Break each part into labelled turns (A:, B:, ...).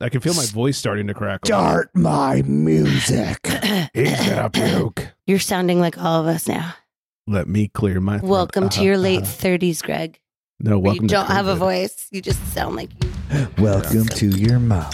A: I can feel my voice starting to crackle.
B: Start my music.
A: Is that a puke?
C: You're sounding like all of us now.
A: Let me clear my throat.
C: Welcome to your
A: Uh,
C: late
A: uh,
C: 30s, Greg.
A: No,
C: Where
A: welcome
C: you
A: to
C: don't have a
A: COVID.
C: voice. You just sound like you.
B: Welcome to your mom.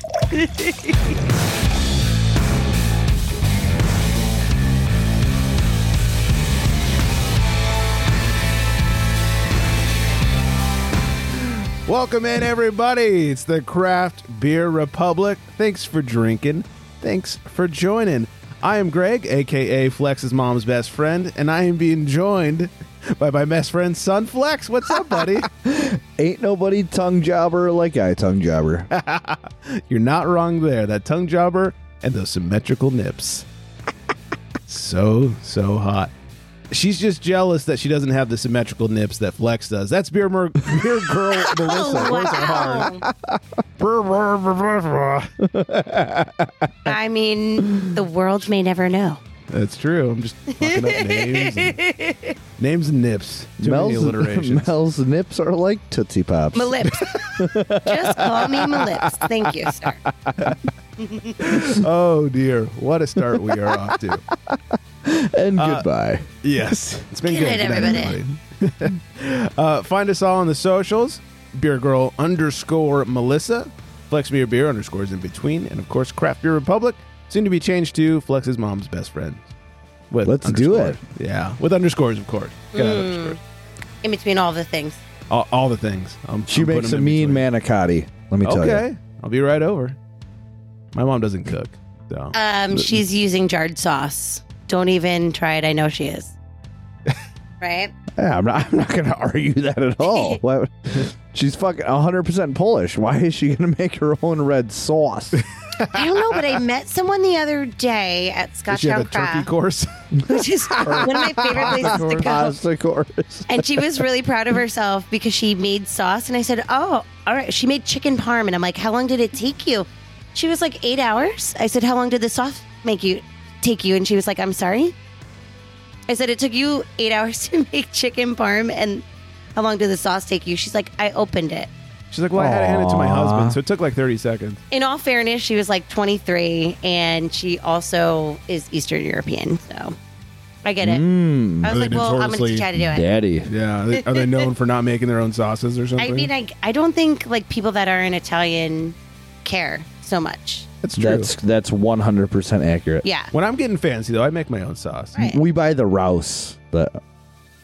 A: Welcome in, everybody. It's the Craft Beer Republic. Thanks for drinking. Thanks for joining. I am Greg, aka Flex's mom's best friend, and I am being joined by my best friend's son, Flex. What's up, buddy?
B: Ain't nobody tongue jobber like I tongue jobber.
A: You're not wrong there. That tongue jobber and those symmetrical nips. so, so hot. She's just jealous that she doesn't have the symmetrical nips that Flex does. That's Beer, Mer- beer Girl Melissa. Works hard.
C: wow. I mean, the world may never know.
A: That's true. I'm just fucking up names. And, names and nips. Too many alliterations.
B: Mel's nips are like Tootsie Pops.
C: Malips. just call me Malips. Thank you, sir.
A: oh, dear. What a start we are off to.
B: and
A: Uh,
B: goodbye.
A: Yes. It's been
C: Good
A: good.
C: night,
A: Good night,
C: everybody.
A: everybody. uh, find us all on the socials. Beer Girl underscore Melissa. Flex Beer Beer underscores in between. And of course, Craft Beer Republic. Soon to be changed to Flex's mom's best friend. With
B: Let's do
A: underscore. Yeah. With underscores, of course. Gotta have underscores.
C: In between all the things.
A: All, all the things. I'm,
B: She
A: I'm
B: makes
A: putting
B: a
A: them in
B: mean
A: between.
B: manicotti. Let me tell
A: okay.
B: you.
A: I'll be right over. My mom doesn't cook, so
C: Um, she's using jarred sauce. Don't even try it. I know she is. Right?
B: Yeah, I'm not, I'm not going to argue that at all. Why would- She's fucking 100% Polish. Why is she going to make her own red sauce?
C: I don't know, but I met someone the other day at
A: Does she have a
C: Scotchtown
A: turkey
C: Craft,
A: course.
C: which is one of my favorite places to go.
B: Pasta course.
C: And she was really proud of herself because she made sauce. And I said, Oh, all right. She made chicken parm. And I'm like, How long did it take you? She was like, Eight hours. I said, How long did the sauce make you take you? And she was like, I'm sorry. I said, It took you eight hours to make chicken parm. And how long did the sauce take you? She's like, I opened it.
A: She's like, "Well, I had to hand it to my
B: Aw.
A: husband, so it took like 30 seconds."
C: In all fairness, she was like 23 and she also is Eastern European. So I get it. I was
A: They
C: like, Well, I'm going to
A: notoriously-
C: teach you how to do it.
B: Daddy.
A: Yeah, are they, are they known for not making their own sauces or something?
C: I mean, I, I don't think like people that are in Italian care so much.
A: that's true.
B: That's that's 100% accurate.
C: Yeah.
A: when I'm getting fancy though, I make my own sauce.
C: Right.
B: We buy the Rouse, the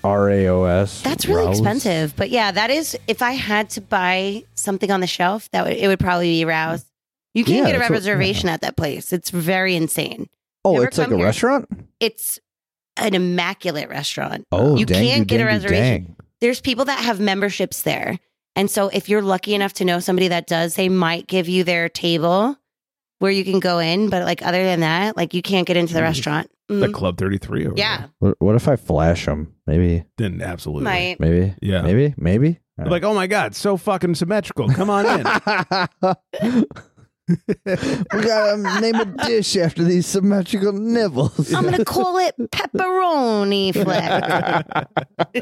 B: R A O S.
C: That's really
B: Rouse.
C: expensive. But yeah, that is, if I had to buy something on the shelf, that would, it would probably be Rouse. You can't
B: Yeah,
C: get a
B: that's what-
C: reservation at that place. It's very insane.
B: Oh,
C: Never
B: it's like a
C: come here.
B: restaurant.
C: It's an immaculate restaurant.
B: Oh,
C: you
B: dang,
C: can't get a
B: dang,
C: reservation.
B: dang.
C: There's people that have memberships there. And so if you're lucky enough to know somebody that does, they might give you their table where you can go in. But like other than that, like you can't get into the
A: Mm.
C: restaurant.
A: The
C: Mm.
A: Club 33 over
C: Yeah.
A: there.
B: What- What if I flash them? Maybe,
A: Then absolutely.
C: Might.
B: maybe,
A: Yeah.
B: maybe, maybe.
A: They're Like, "Oh my god, so fucking symmetrical. Come on in."
B: we gotta name a dish after these symmetrical nibbles.
C: I'm gonna call it pepperoni flex.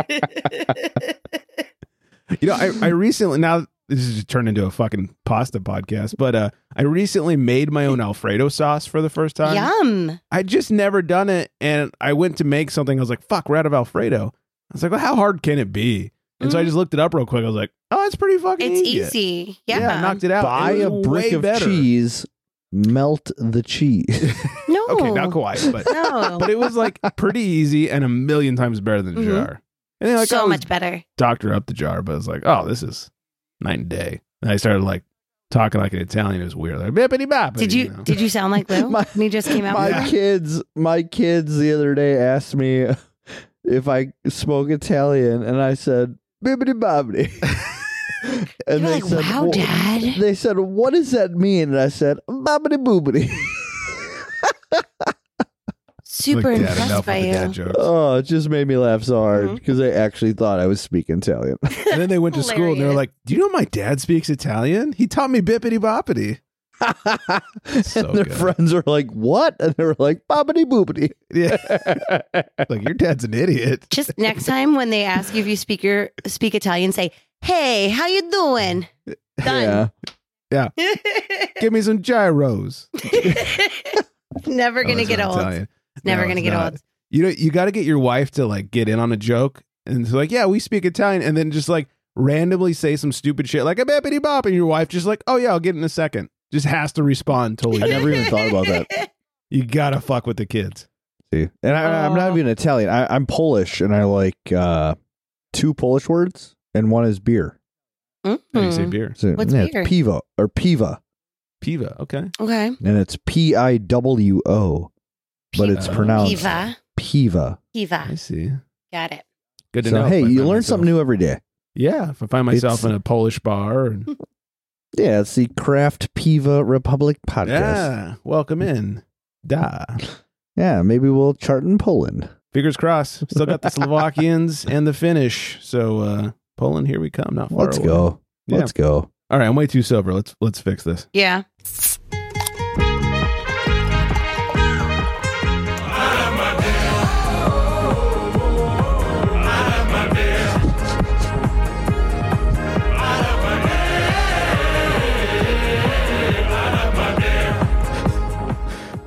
A: You know, I, I recently now this has just turned into a fucking pasta podcast, but uh I recently made my own Alfredo sauce for the first time.
C: Yum.
A: I'd just never done it. And I went to make something. I was like, fuck, we're out of Alfredo. I was like, well, how hard can it be? And so I
C: Mhm.
A: just looked it up real quick. I was like, oh, it's pretty fucking
C: It's
A: easy.
C: easy. Yeah.
A: Yeah, I knocked it out.
B: Buy
A: It
B: a
A: was
B: brick
A: way
B: of
A: better.
B: cheese, melt the cheese.
C: no.
A: Okay, not Kauai, but
C: No.
A: but it was like pretty easy and a million times better than a
C: Mhm.
A: jar. And then like um, I
C: so
A: was
C: much better.
A: doctor up the jar, but I was like, oh, this is night and day. And I started like talking like an Italian. It was weird. Like bippity bop.
C: Did you
A: know.
C: did you sound like Lou?
B: My-
C: when you just came out.
B: my
C: with that?
B: kids my kids the other day asked me if i spoke italian and i said bibbidi bobbidi
C: You
B: and
C: were like, wow,
B: "Wha-"
C: Dad.
B: they said what does that mean and i said bobbidi boobity
A: Like,
C: Super
A: "Dad,
C: impressed
A: enough
C: by
A: with the
C: you.
A: dad jokes.
B: oh it just made me laugh so hard
C: Mhm.
B: because they actually thought i was speaking italian
A: And then they went to school and they were
C: Hilarious.
A: like, Do you know my dad speaks Italian? He taught me bippity boppity.
B: and
A: So
B: their
A: good.
B: friends are like what and they were like bobbidi boobity
A: Yeah. like, your dad's an idiot.
C: Just next time when they ask you if you speak your speak Italian, say, Hey, how you doing? Done.
B: yeah
A: Give me some gyros. Oh,
C: Never gonna
A: That's
C: get
A: what I'm
C: old.
A: telling you.
C: Never
A: No,
C: gonna
A: it's
C: get
A: not.
C: old.
A: You know, you got to get your wife to like get in on a joke, and it's like, yeah, we speak Italian, and then just like randomly say some stupid shit like a bippity bop, and your wife just like, oh yeah, I'll get in a second. Just has to respond totally.
B: I never even thought about that.
A: you gotta fuck with the kids.
B: See, and I, I'm not
C: Aw.
B: even Italian. I, I'm Polish, and I like uh, two Polish words, and one is beer.
A: How do you say
C: Mhm.
A: beer?
B: So,
C: What's
B: yeah, it's
C: beer?
B: piva or piva,
A: Piva. Okay.
C: Okay.
B: and it's P I W O, but
C: Piva.
B: it's
A: Piva.
B: pronounced
C: Kiva.
A: I
B: piva.
C: Kiva.
A: see.
C: Got it.
A: Good to
B: So
A: know.
B: hey,
A: If I
B: you
A: find
B: learn
A: myself-
B: something new every day.
A: Yeah, if I find myself
B: It's-
A: in a Polish bar, and
B: Yeah, it's the Craft Piva Republic podcast.
A: yeah, welcome in. Da.
B: Yeah, maybe we'll chart in Poland.
A: Fingers crossed. Still got the Slovakians and the Finnish. So uh Poland, here we come. Not far.
B: Let's
A: away.
B: go.
A: Yeah.
B: Let's go.
A: All right, I'm way too sober. Let's let's fix this.
C: Yeah.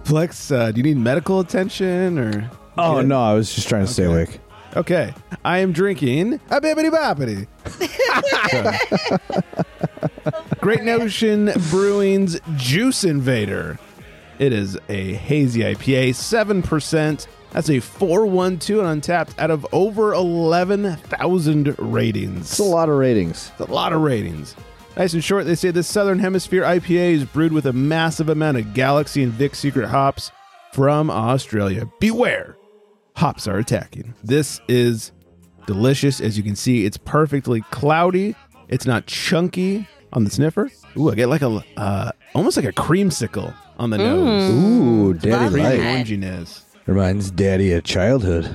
A: Flex, uh, do you need medical attention or?
B: Oh
A: Yeah.
B: no, I was just trying to stay
A: Okay.
B: awake.
A: Okay, I am drinking a bibbity boppity. Great Notion Brewing's Juice Invader. It is a hazy IPA, seven percent. That's a four one two and untapped out of over eleven thousand ratings.
B: It's a lot of ratings.
A: It's a lot of ratings. Nice and short, they say this Southern Hemisphere IPA is brewed with a massive amount of Galaxy and Vic secret hops from Australia. Beware! Hops are attacking. This is delicious. As you can see, it's perfectly cloudy. It's not chunky on the sniffer. Ooh, I get like a, uh, almost like a creamsicle on the
C: Mm,
A: nose.
B: Ooh, Daddy
C: Love
A: Creamy
B: Light
C: that.
A: oranginess.
B: reminds Daddy of childhood.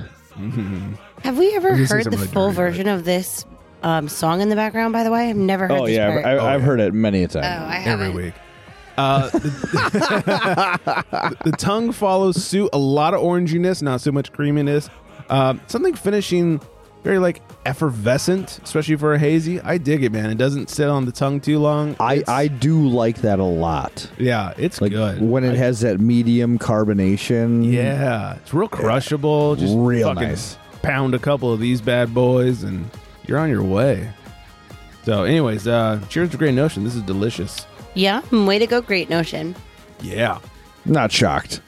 C: Have we ever
A: gonna say
C: heard the
A: something like
C: full
A: dirty, right?
C: version of this um, song in the background? By the way, I've never heard.
B: Oh
C: this
B: yeah,
C: part.
B: I've, I've heard it many a time.
C: oh, I haven't.
A: every week. Uh, the, the tongue follows suit. A lot of oranginess, not so much creaminess. Um, something finishing very like effervescent, especially for a hazy. I dig it, man. It doesn't sit on the tongue too long.
C: Oh.
B: I,
A: It's-
B: I do like that a lot.
A: yeah, it's
B: Like
A: good.
B: when it has that medium carbonation.
A: yeah, it's real crushable. Just
B: Real
A: fucking
B: nice.
A: Pound a couple of these bad boys, and you're on your way. So, anyways, uh, cheers to Great Notion. This is delicious.
C: Yeah, Hmm, way to go, Great Notion.
A: Yeah.
B: Not shocked.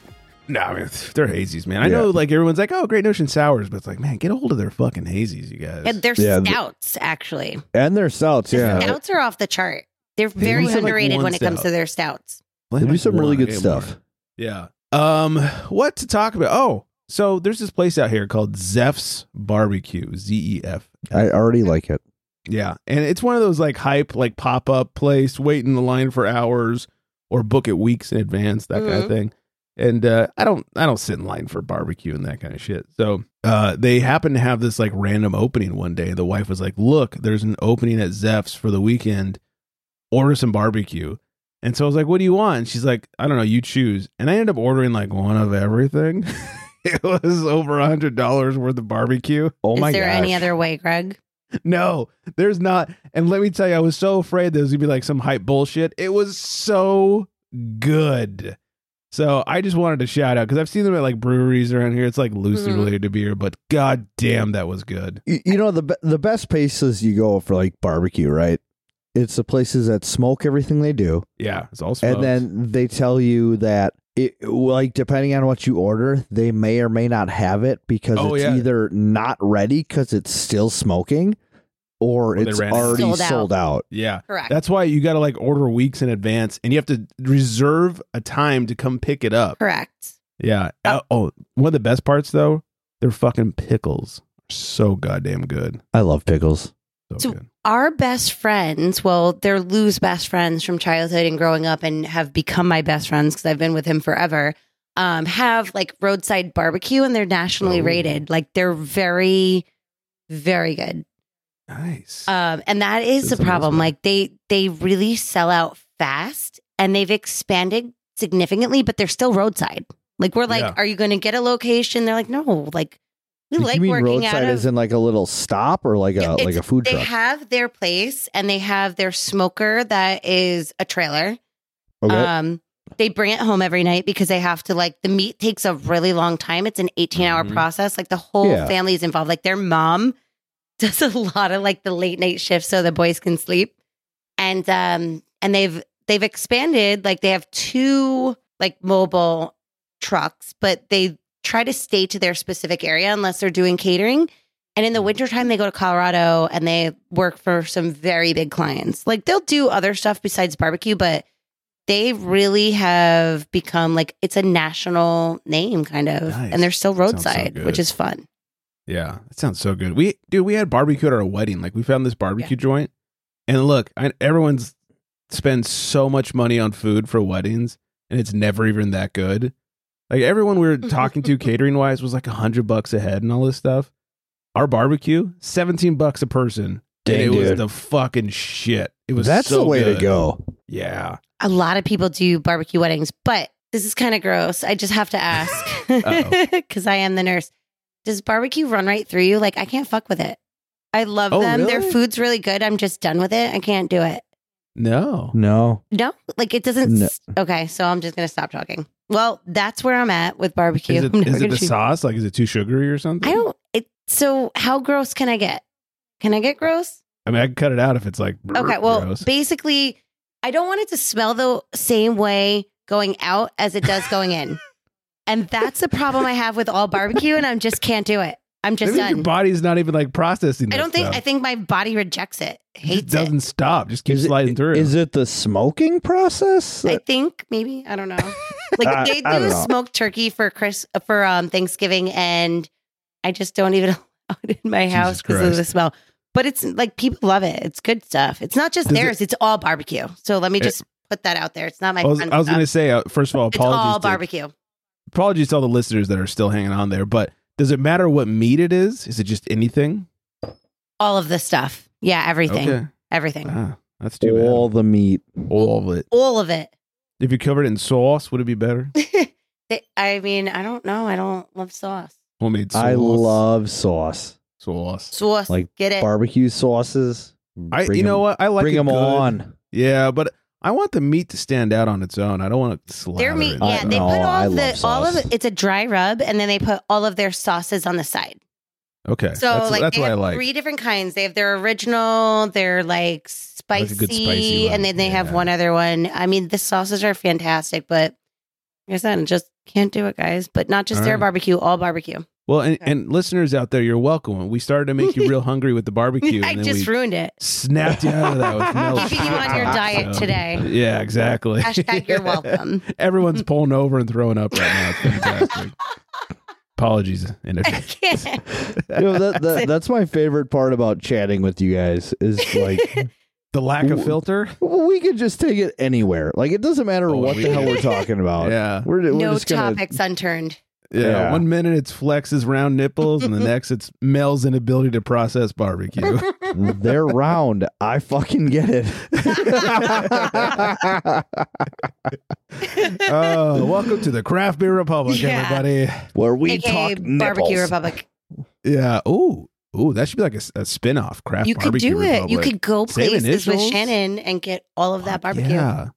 A: No, I mean, they're hazies, man. I
B: Yeah.
A: know, like everyone's like, "Oh, Great Notion sours," but it's like, man, get a hold of their fucking hazies, you guys.
C: And they're
B: Yeah, the-
C: stouts, actually.
B: And their stouts, yeah.
C: Stouts are off the chart. They're very
A: only have, like,
C: underrated
A: one
C: when it comes
A: stout.
C: to their stouts.
B: They do some really good stuff.
A: Yeah. Um, what to talk about? Oh, so there's this place out here called Zeph's Barbecue, Z E F.
B: I already like it.
A: Yeah, and it's one of those like hype, like pop up place. Wait in the line for hours, or book it weeks in advance, that kind of
C: Mhm.
A: thing. And uh, I don't, I don't sit in line for barbecue and that kind of shit. So uh, they happened to have this like random opening one day. The wife was like, "Look, there's an opening at Zeph's for the weekend. Order some barbecue." And so I was like, "What do you want?" And she's like, "I don't know. You choose." And I ended up ordering like one of everything. it was over a hundred dollars worth of barbecue.
B: Oh
C: Is
B: my
C: there
B: gosh.
C: any other way, Greg?
A: No, there's not. And let me tell you, I was so afraid there was gonna be like some hype bullshit. It was so good. So I just wanted to shout out because I've seen them at like breweries around here. It's like loosely
C: Mhm.
A: related to beer, but god damn, that was good.
B: You, you know the be- the best places you go for like barbecue, right? It's the places that smoke everything they do,
A: Yeah, it's all smokes.
B: and then they tell you that it like depending on what you order, they may or may not have it because
A: Oh,
B: it's
A: yeah.
B: either not ready because it's still smoking, or,
A: Or they
B: it's
A: ran out.
B: already
C: Sold out.
B: sold out.
A: yeah,
C: Correct.
A: that's why you got to like order weeks in advance, and you have to reserve a time to come pick it up.
C: Correct.
A: Yeah. Uh, oh, one of the best parts though, they're fucking pickles. So goddamn good.
B: I love pickles.
A: So,
C: So-
A: good.
C: Our best friends, well, they're Lou's best friends from childhood and growing up and have become my best friends because I've been with him forever, um, have like roadside barbecue and they're nationally
A: Oh.
C: rated. Like they're very, very good.
A: nice.
C: Um, and that is
A: That's
C: the problem.
A: amazing.
C: Like they they really sell out fast, and they've expanded significantly, but they're still roadside. Like we're like,
A: Yeah.
C: are you going to get a location? They're like, no. Like we like
B: you mean
C: working out
B: roadside
C: of.
B: as in like a little stop or like
C: Yeah,
B: a like
C: it's-
B: a food
C: they
B: truck?
C: have their place, and they have their smoker that is a trailer,
B: Okay.
C: Um, they bring it home every night because they have to like the meat takes a really long time. It's an 18 hour
A: Mhm.
C: process. Like the whole
B: Mm-hmm. Yeah.
C: family is involved. Like their mom does a lot of like the late night shifts so the boys can sleep. And um and they've they've expanded like they have two like mobile trucks, but they try to stay to their specific area unless they're doing catering. And
A: Mm.
C: in the wintertime, they go to Colorado and they work for some very big clients. Like they'll do other stuff besides barbecue, but they really have become like it's a national name kind of.
A: Nice.
C: And they're still
A: Sounds so
C: roadside,
A: good.
C: which is fun.
A: Yeah, that sounds so good. We dude, we had barbecue at our wedding. Like we found this barbecue joint, and look, I, everyone's spends so much money on food for weddings, and it's never even that good. Like everyone we were talking to catering wise was like a hundred bucks a head and all this stuff. Our barbecue, seventeen bucks a person.
B: Dang,
A: and it was
B: dude.
A: the fucking shit. It was
B: That's
A: so
B: the way
A: good.
B: to go.
A: Yeah.
C: A lot of people do barbecue weddings, but this is kind of gross. I just have to ask
A: Uh-oh.
C: because I am the nurse. Does barbecue run right through you? Like I can't fuck with it. I love
A: Oh,
C: them. Their
A: really?
C: food's really good. I'm just done with it. I can't do it.
A: No.
B: No.
C: No, like it doesn't.
B: No.
C: s- Okay, so I'm just gonna stop talking. Well, that's where I'm at with barbecue.
A: Is it,
C: I'm never
A: is it
C: gonna
A: the
C: choose-
A: sauce? Like, is it too sugary or something?
C: I don't. It. So how gross can I get? Can I get gross?
A: I mean, I can cut it out if it's like.
C: Okay. Well,
A: gross.
C: basically, I don't want it to smell the same way going out as it does going in, and that's the problem I have with all barbecue, and I just can't do it. I'm just
A: Maybe your
C: done.
A: body's not even like processing.
C: I don't
A: this
C: think.
A: stuff.
C: I think my body rejects it.
A: It
C: Hates it.
A: doesn't stop. Just keeps
B: Is it-
A: sliding through.
B: Is it the smoking process?
C: I think maybe I don't know. Like
B: I-
C: they
B: I don't
C: do
B: know.
C: smoked turkey for Chris for um Thanksgiving, and I just don't even allow it in my house because of the
A: Christ.
C: smell. But it's like people love it. It's good stuff. It's not just
A: Does it- Eh.
C: theirs. it's all barbecue. So let me just put that out there. It's not my.
A: I was,
C: fun
A: I was
C: stuff.
A: going to say, uh, first of all,
C: It's all
A: apologies. to,
C: barbecue.
A: apologies to all the listeners that are still hanging on there. But does it matter what meat it is? Is it just anything?
C: All of the stuff. Yeah, everything.
A: Okay.
C: Everything.
A: Ah, that's too
B: all the meat.
A: bad. All of it.
C: all of it.
A: If you covered it in sauce, would it be better?
C: They- I mean, I don't know. I don't love sauce.
A: Homemade sauce.
B: I love sauce.
A: sauce.
C: Sauce.
B: Like
C: get it.
B: Barbecue sauces.
A: I,
B: Bring
A: you know
B: 'em-
A: what? I like
B: bring
A: it
B: them
A: good.
B: on.
A: Yeah, but I want the meat to stand out on its own. I don't want it slather.
C: Their meat,
A: in
B: I-
C: yeah. They
B: no,
C: put all
B: I
C: of the
B: love
C: all of
B: sauce.
C: it's a dry rub, and then they put all of their sauces on the side.
A: Okay.
C: So
A: that's,
C: like
A: that's
C: they
A: what I
C: have
A: like.
C: three different kinds. They have their original, their like
A: I
C: spicy,
A: like a good spicy one.
C: and then they have
A: Yeah.
C: one other one. I mean, the sauces are fantastic, but like I said, just can't do it, guys. But not just
A: All
C: their
A: right.
C: barbecue, all barbecue.
A: Well, and,
C: Okay.
A: and listeners out there, you're welcome. We started to make you real hungry with the barbecue.
C: I
A: and then
C: just
A: we
C: ruined it.
A: snapped you out of that with no
C: Keeping you on your
A: shot.
C: diet
A: So-
C: today.
A: Yeah, exactly.
C: Hashtag you're welcome.
A: Everyone's pulling over and throwing up right now. It's fantastic. Apologies. in
C: I
A: advance.
C: can't.
B: You know, that, that, that's my favorite part about chatting with you guys is like
A: the lack of
B: Ooh.
A: filter.
B: well, we could just take it anywhere. Like it doesn't matter
A: Oh,
B: what
A: we
B: the hell
A: could.
B: we're talking about.
A: Yeah.
B: We're, we're
C: no
B: just gonna
C: topics unturned.
A: Uh, yeah.
B: Yeah.
A: One minute it's Flex's round nipples, and the next it's Mel's inability to process barbecue.
B: they're round. I fucking get it.
A: oh, welcome to the Craft Beer Republic,
C: Yeah.
A: everybody.
B: Where we
C: AKA
B: talk
C: Barbecue
B: nipples.
C: Republic.
A: Yeah. Ooh. Ooh, that should be like a, s- a spin-off craft
C: You could
A: barbecue
C: do it. You
A: Republic.
C: could go
A: Same
C: places with
A: initials.
C: Shannon and get all of that barbecue.
A: Yeah.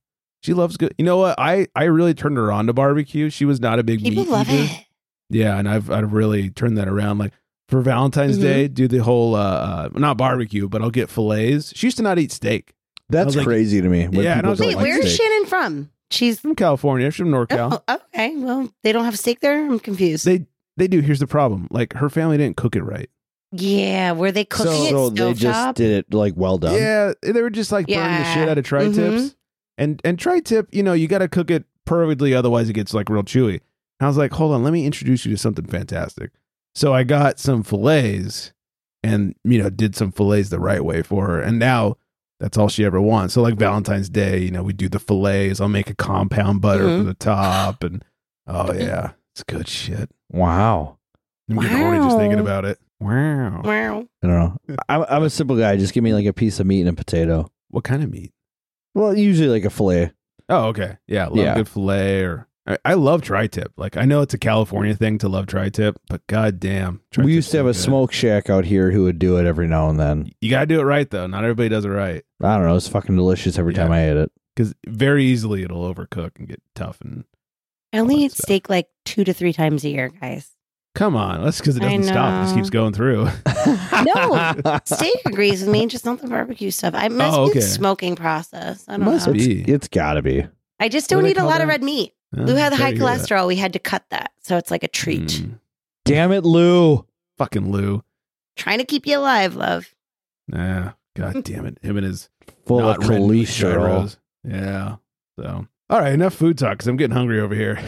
A: She loves good. You know what? I I really turned her on to barbecue. She was not a big
C: People
A: meat
C: love
A: eater.
C: it.
A: Yeah, and I've I've really turned that around. Like for Valentine's
C: Mhm.
A: Day, do the whole uh, uh not barbecue, but I'll get fillets. She used to not eat steak. I
B: That's
A: was like-
B: crazy to me. when
A: Yeah, and I
B: people
A: was
B: don't
A: like,
C: Wait, where is
B: steak.
C: Shannon from? She's
A: From California, she's from NorCal.
C: Oh, okay. Well, they don't have steak there. I'm confused.
A: They they do. Here's the problem: like her family didn't cook it right.
C: yeah, were they cooking
B: So,
C: it
B: so
C: stovetop?
B: they just did it like well done.
A: Yeah, they were just like burning the
C: Yeah. Mm-hmm.
A: shit out of tri tips, and and tri tip. You know, you got to cook it perfectly, otherwise it gets like real chewy. And I was like, hold on, let me introduce you to something fantastic. So I got some fillets, and you know, did some fillets the right way for her, and now. That's all she ever wants. So like Valentine's Day, you know, we do the fillets. I'll make a compound butter
C: Mhm.
A: for the top, and
C: Mm-hmm.
A: oh yeah, it's good shit.
B: Wow.
A: I'm getting horny just thinking
C: Wow.
A: about it. Wow.
C: Wow.
B: I don't know. I'm, I'm a simple guy. Just give me like a piece of meat and a potato.
A: What kind of meat?
B: Well, usually like a fillet.
A: Oh, okay. Yeah, love
B: Yeah.
A: a good fillet or I, I love tri-tip. Like I know it's a California thing to love tri-tip, but goddamn,
B: we
A: tri-tip's
B: used to have
A: so
B: a
A: good.
B: smoke shack out here who would do it every now and then.
A: You gotta do it right though. Not everybody does it right.
B: I don't know. It's fucking delicious every
A: Yeah.
B: time I ate it.
A: because very easily it'll overcook and get tough. And
C: I only
A: All that
C: eat
A: stuff.
C: steak like two to three times a year, guys.
A: come on, that's because it
C: I
A: doesn't stop; it just
C: know.
A: keeps going through.
C: No. Steak agrees with me, just not the barbecue stuff. I must
A: Oh,
C: be
A: okay.
C: the smoking process. I don't
A: Must
C: know.
A: be.
B: it's gotta be.
C: I just
A: What do
C: don't
A: they
C: eat a
A: call
C: lot
A: that?
C: of red meat.
A: Oh,
C: Lou had the high cholesterol. We had to cut that, so it's like a treat.
A: Mm.
B: Damn it, Lou.
A: Fucking Lou.
C: Trying to keep you alive, love.
A: Nah, god damn it. Him and his
B: Full
A: not
B: of
A: red meat
B: cholesterol.
A: gyros. Yeah. So, all right, enough food talk because I'm getting hungry over here.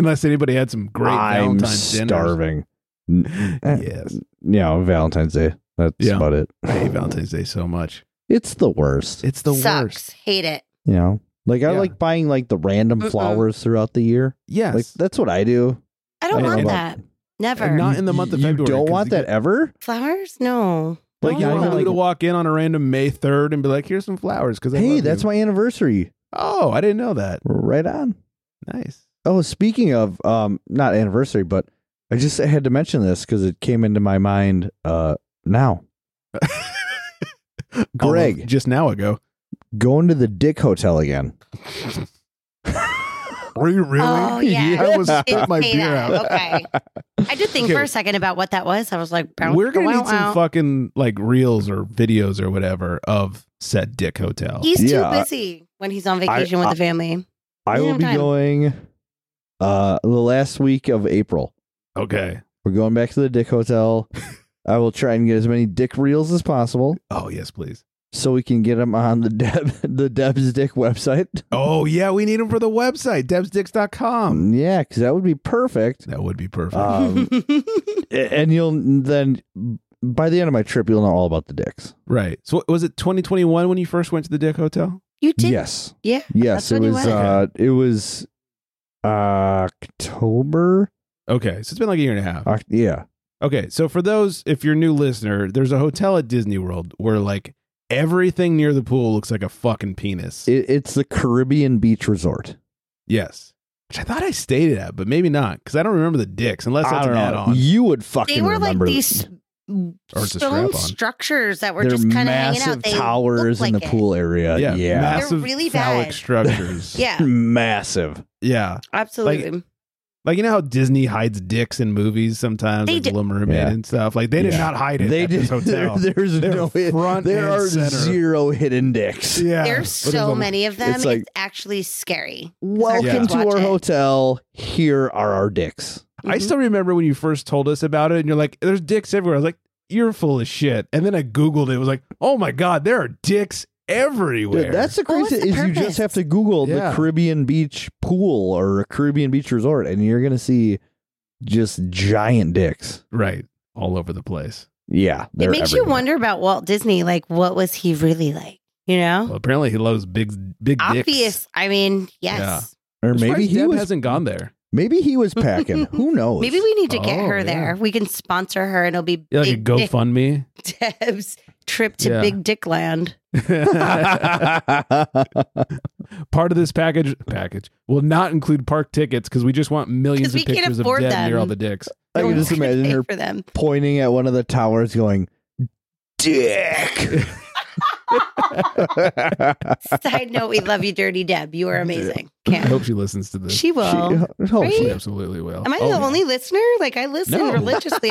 A: Unless anybody had some great
B: I'm
A: Valentine's dinners.
B: starving. N- eh,
A: Yes.
B: Yeah, Valentine's Day. That's
A: Yeah.
B: about it.
A: I hate Valentine's Day so much.
B: It's the worst.
A: It's the
C: Sucks.
A: worst.
C: Hate it.
B: You know, like I
A: Yeah.
B: like buying like the random
C: Mm-mm.
B: flowers throughout the year.
A: Yes.
B: Like that's what I do.
C: I don't
A: I
C: want
A: know.
C: that. Never.
A: And not in the month of
B: you
A: February,
B: don't
A: 'cause
B: want
A: you
B: that ever.
C: Flowers? No.
B: Like,
A: like, you
B: I
A: want
B: know,
A: Lou
B: like-
A: to walk in on a random May 3rd and be like, here's some flowers. Cause I
B: Hey,
A: love
B: that's
A: you.
B: my anniversary.
A: Oh, I didn't know that.
B: Right on.
A: Nice.
B: Oh, speaking of um not anniversary, but I just had to mention this because it came into my mind uh now. Greg.
A: Almost just now ago.
B: Going to the Dick Hotel again.
A: Were you really?
C: Oh yeah.
A: I almost
C: Didn't
A: spit my
C: say
A: beer
C: that.
A: out.
C: Okay. I did think
A: Okay.
C: for a second about what that was. I was like, bow-
A: We're gonna
C: wow,
A: need some
C: wow.
A: fucking like reels or videos or whatever of said Dick Hotel.
C: He's
B: Yeah.
C: too busy when he's on vacation with
B: I-
C: the family.
B: I will
C: Damn
B: be
C: time.
B: going uh the last week of April.
A: Okay.
B: We're going back to the Dick Hotel. I will try and get as many dick reels as possible
A: Oh yes, please.
B: so we can get them on the Deb the Deb's Dick website.
A: Oh yeah, we need him for the website debsdicks.com.
B: Oh, yeah, because that would be perfect.
A: That would be perfect.
B: Um, a- and you'll then by the end of my trip, you'll know all about the dicks.
A: right. So what- was it 2021 when you first went to the Dick Hotel?
C: you did.
B: yes,
C: Yeah.
B: yes,
C: that's
B: it
C: when you
B: was.
C: went.
B: Uh, it was October.
A: Okay, so it's been like a year and a half.
B: Oc- yeah,
A: Okay, so for those if you're a new listener, there's a hotel at Disney World where like everything near the pool looks like a fucking penis.
B: it, it's the Caribbean Beach Resort.
A: yes. Which I thought I stayed at, but maybe not because I don't remember the dicks unless that's an add-on.
B: You would fucking
C: They were like
B: remember
C: these stone
A: it's a strap-on.
C: structures that were
B: They're
C: just kind of hanging
B: massive
C: out. They look
B: towers
C: like
B: in the
C: it.
B: pool area. Uh, Yeah,
A: massive
C: They're really
A: phallic
C: bad.
A: structures.
C: Yeah,
B: massive.
A: yeah.
C: absolutely.
A: Like you know how Disney hides dicks in movies sometimes,
C: They
A: like
C: do-
A: Little Mermaid
B: Yeah.
A: and stuff. Like they did
B: Yeah.
A: not hide it.
B: They
A: at
B: did.
A: This hotel.
B: There, there's
A: They're
B: no. hid-
A: front
B: there
A: and
B: are
A: center.
B: zero hidden dicks.
A: Yeah,
C: There's
A: But
C: so
A: a-
C: many of them.
B: it's
C: It's,
B: like-
C: actually scary.
B: Welcome
A: Yeah.
B: to our
C: Watch it.
B: hotel. Here are our dicks.
C: Mm-hmm.
A: I still remember when you first told us about it, and you're like, "There's dicks everywhere." I was like, "You're full of shit." And then I googled it. it was like, "Oh my god, there are dicks everywhere."
B: That's the
C: What was
B: crazy
C: the
B: is you just
C: purpose?
B: have to Google
A: Yeah.
B: the Caribbean beach pool or Caribbean beach resort, and you're gonna see just giant dicks.
A: right all over the place.
B: Yeah,
C: It makes you wonder about Walt Disney. Like, what was he really like? You know,
A: Well, apparently he loves big, big
C: obvious.
A: dicks.
C: I mean,
A: Yeah.
C: yes.
B: Or
A: I'm
B: maybe
A: surprised
B: he
A: Deb
B: was.
A: hasn't gone there.
B: Maybe he was packing. Who knows?
C: Maybe we need to get
A: Oh,
C: her
A: yeah.
C: there. We can sponsor her, and it'll be
A: Yeah, like a
C: Big Dick
A: GoFundMe.
C: Deb's trip to
A: Yeah.
C: Big Dick Land.
A: Part of this package package will not include park tickets because we just want millions
C: 'Cause we
A: of
C: can't
A: pictures of
C: afford
A: dead
C: them.
A: near all the dicks.
B: I can just
C: Who's gonna
B: imagine
C: pay
B: her
C: for them.
B: pointing at one of the towers, going, "Dick."
C: Side note: We love you, Dirty Deb. You are amazing.
A: I
C: Can't.
A: hope she listens to this. She,
C: She will.
A: she
C: Right?
A: absolutely will.
C: Am I
A: Oh,
C: the
A: yeah.
C: only listener? Like I listen
A: No.
C: religiously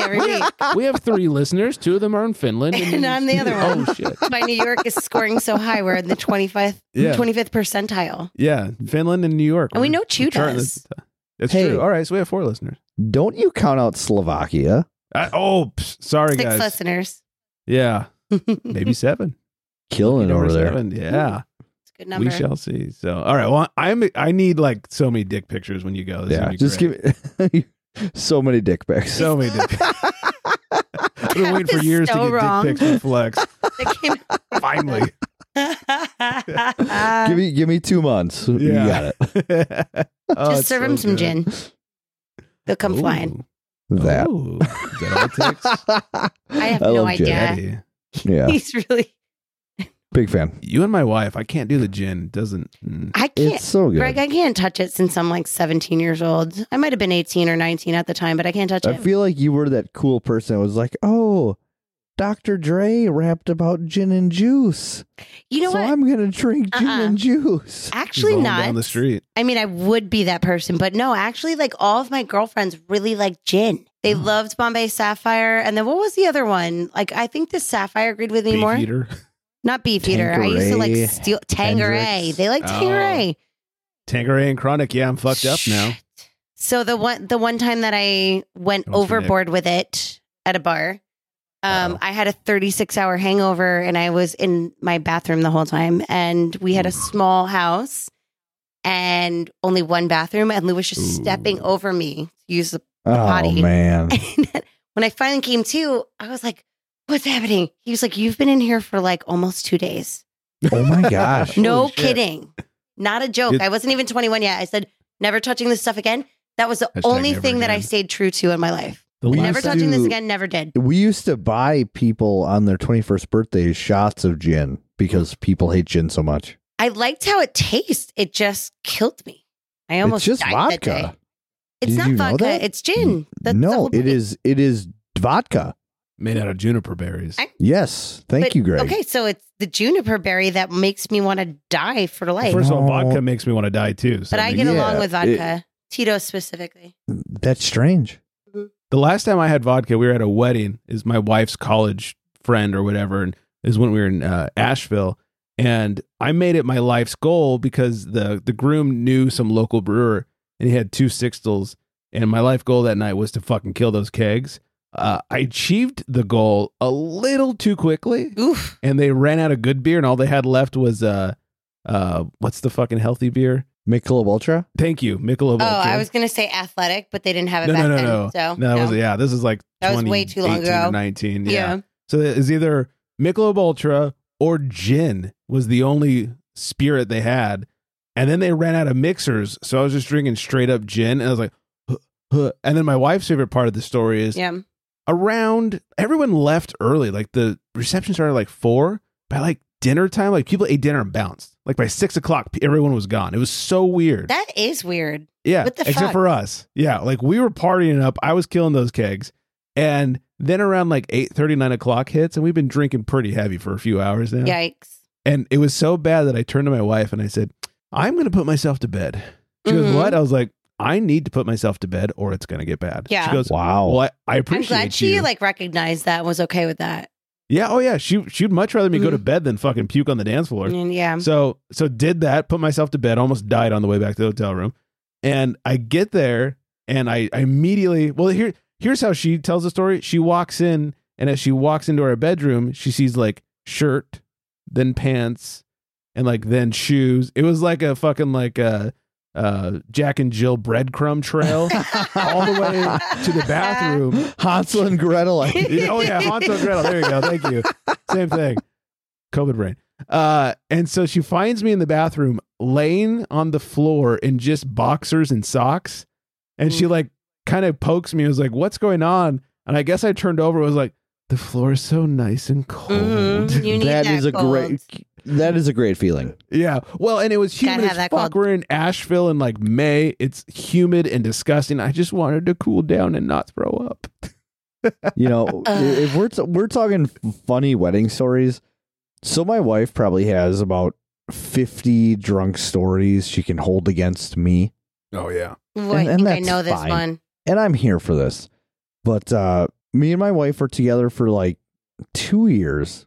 C: every week.
A: We have three listeners. Two of them are in Finland,
C: And I'm the other one.
A: Oh shit!
C: My New York is scoring so high. We're in the 25th,
A: Yeah.
C: 25th percentile.
A: Yeah, Finland and New York.
C: And we know Chew
A: Charting
C: does.
A: the- That's
B: Hey.
A: true. All right, so we have four listeners.
B: Don't you count out Slovakia?
A: I, oh, psh, sorry
C: Six
A: guys.
C: listeners.
A: Yeah,
C: It's
A: maybe seven.
B: Killing it
A: Number
B: over there.
A: seven. Yeah.
C: a good Hmm, number.
A: We shall see. So, all right. Well, I'm. I need like so many dick pictures when you go. This is gonna
B: Yeah,
A: be
B: just
A: great.
B: give me so many dick pics.
A: so many dick. I've been waiting for
C: is
A: years
C: so
A: to get
C: wrong.
A: dick pics from Flex.
C: They came-
A: Finally,
B: give me give me two months. You
A: Yeah.
B: got it.
A: Oh,
C: Just
A: it's
C: serve
A: so
C: them some
A: good.
C: gin. They'll
A: Oh,
C: come flying.
B: That.
A: Ooh. Is that all it takes?
C: I have
B: love
C: no
B: gin.
C: idea.
A: Daddy.
B: Yeah,
C: He's really.
B: big fan.
A: You and my wife. I can't do the gin. It Doesn't. mm.
C: I can't.
B: It's so good.
C: Greg, I can't touch it since I'm like 17 years old. I might have been 18 or 19 at the time, but I can't touch
B: I
C: it.
B: feel like you were that cool person that was like, "Oh, Dr. Dre rapped about gin and juice.
C: You know
B: so
C: what?
B: I'm going to drink gin
C: Uh-uh.
B: and juice.
C: actually,
A: Rolling
C: not.
A: down the street.
C: I mean, I would be that person, but no, actually, like all of my girlfriends really like gin.
A: Oh.
C: They loved Bombay Sapphire. And then what was the other one? Like, I think the Sapphire agreed with me
A: Beef
C: more.
A: eater.
C: Not Beef Eater. I used to like
B: Tanqueray,
C: steal Tangeray.
B: Hendrix.
C: They like
A: Oh.
C: Tangeray.
A: Tangeray and Chronic. Yeah, I'm fucked up now.
C: Shit. So the one the one time that I went
A: Don't forget.
C: overboard with it at a bar, um,
A: Uh-oh.
C: I had a 36 hour hangover and I was in my bathroom the whole time. And we had a
A: Oof.
C: small house and only one bathroom. And Lou was just stepping
A: Ooh.
C: over me to use the.
B: Oh,
C: potty.
B: man.
C: And when I finally came to, I was like, "What's happening?" He was like, "You've been in here for like almost two days."
B: Oh, my gosh.
C: No
A: shit.
C: kidding. Not a joke.
A: Did-
C: I wasn't even 21 yet. I said, never touching this stuff again. That was the
A: Hashtag
C: only
A: never
C: thing that I
A: again.
C: stayed true to in my life.
A: The
B: We
C: Never
B: used
C: touching this
B: to-
C: again, never did.
B: We used to buy people on their 21st birthdays shots of gin because people hate gin so much.
C: I liked how it tastes. It just killed me. I almost
B: it's just
C: died
B: vodka.
C: That day. It's
B: Did
C: not
B: you know
C: vodka.
B: that?
C: It's gin. That's the
B: no,
C: whole
B: it
C: point.
B: is it is vodka.
A: made out of juniper berries.
C: I-
B: Yes, thank
C: But-
B: you, Greg.
C: Okay, so it's the juniper berry that makes me want to die for life.
A: First of all,
B: No.
A: vodka makes me want to die too. So
C: but I
A: maybe-
C: get along
B: yeah,
C: with vodka. Tito's specifically.
B: That's strange.
A: The last time I had vodka, we were at a wedding. Is my wife's college friend or whatever, and is when we were in uh, Asheville. And I made it my life's goal because the the groom knew some local brewer, and he had two sixtels. And my life goal that night was to fucking kill those kegs. Uh, I achieved the goal a little too quickly,
C: Oof.
A: and they ran out of good beer, and all they had left was uh, uh, what's the fucking healthy beer?
B: Michelob Ultra.
A: Thank you, Michelob.
C: Oh,
A: Ultra.
C: I was going to say athletic, but they didn't have it
A: No,
C: back
A: no, no,
C: then.
A: no.
C: So,
A: No, that was yeah. This is like
C: That was way too long
A: 2018 or
C: ago.
A: 19. Yeah. So it is either Michelob Ultra or gin was the only spirit they had, and then they ran out of mixers. So I was just drinking straight up gin, and I was like, "Huh, huh." and then my wife's favorite part of the story is
C: yeah. yeah.
A: around everyone left early. Like the reception started at like four by like dinner time. Like people ate dinner and bounced. Like by six o'clock, everyone was gone. It was so weird.
C: That is weird.
A: Yeah.
C: What the
A: except
C: fuck?
A: for us. Yeah. Like we were partying up. I was killing those kegs. And then around like 8 9 o'clock hits, and we've been drinking pretty heavy for a few hours now.
C: Yikes.
A: And it was so bad that I turned to my wife and I said, I'm going to put myself to bed. She goes,
C: Mhm.
A: What? I was like, I need to put myself to bed or it's going to get bad.
C: Yeah.
A: She goes,
B: Wow.
A: Well, I, I
C: I'm
A: appreciate
C: glad she
A: you.
C: like recognized that and was okay with that.
A: yeah. Oh, yeah. She, she'd much rather me go
C: Mhm.
A: to bed than fucking puke on the dance floor.
C: And yeah.
A: So so did that, put myself to bed, almost died on the way back to the hotel room. And I get there and I, I immediately well here here's how she tells the story. She walks in and as she walks into our bedroom, she sees like shirt, then pants, and like then shoes. It was like a fucking like a uh Jack and Jill breadcrumb trail all the way to the bathroom.
B: Hansel and Gretel. I-
A: Yeah, oh yeah, Hansel and Gretel. There you go. Thank you. Same thing. COVID brain. Uh, and so she finds me in the bathroom, laying on the floor in just boxers and socks, and
C: Mm.
A: she like kind of pokes me. and was like, "What's going on?" And I guess I turned over. and was like, "The floor is so nice and cold."
C: Mhm. You need that,
B: that is a
C: cold.
B: great. That is a great feeling.
A: Yeah. Well, and it was
C: Gotta
A: humid
C: have
A: as
C: that
A: fuck.
C: cold.
A: We're in Asheville in like May. It's humid and disgusting. I just wanted to cool down and not throw up.
B: You know, if we're t- we're talking funny wedding stories, so my wife probably has about fifty drunk stories she can hold against me.
A: Oh yeah.
C: Well, I
B: And- and
C: think I
B: that's
C: know this
B: fine.
C: one.
B: and I'm here for this. But uh, me and my wife were together for like two years.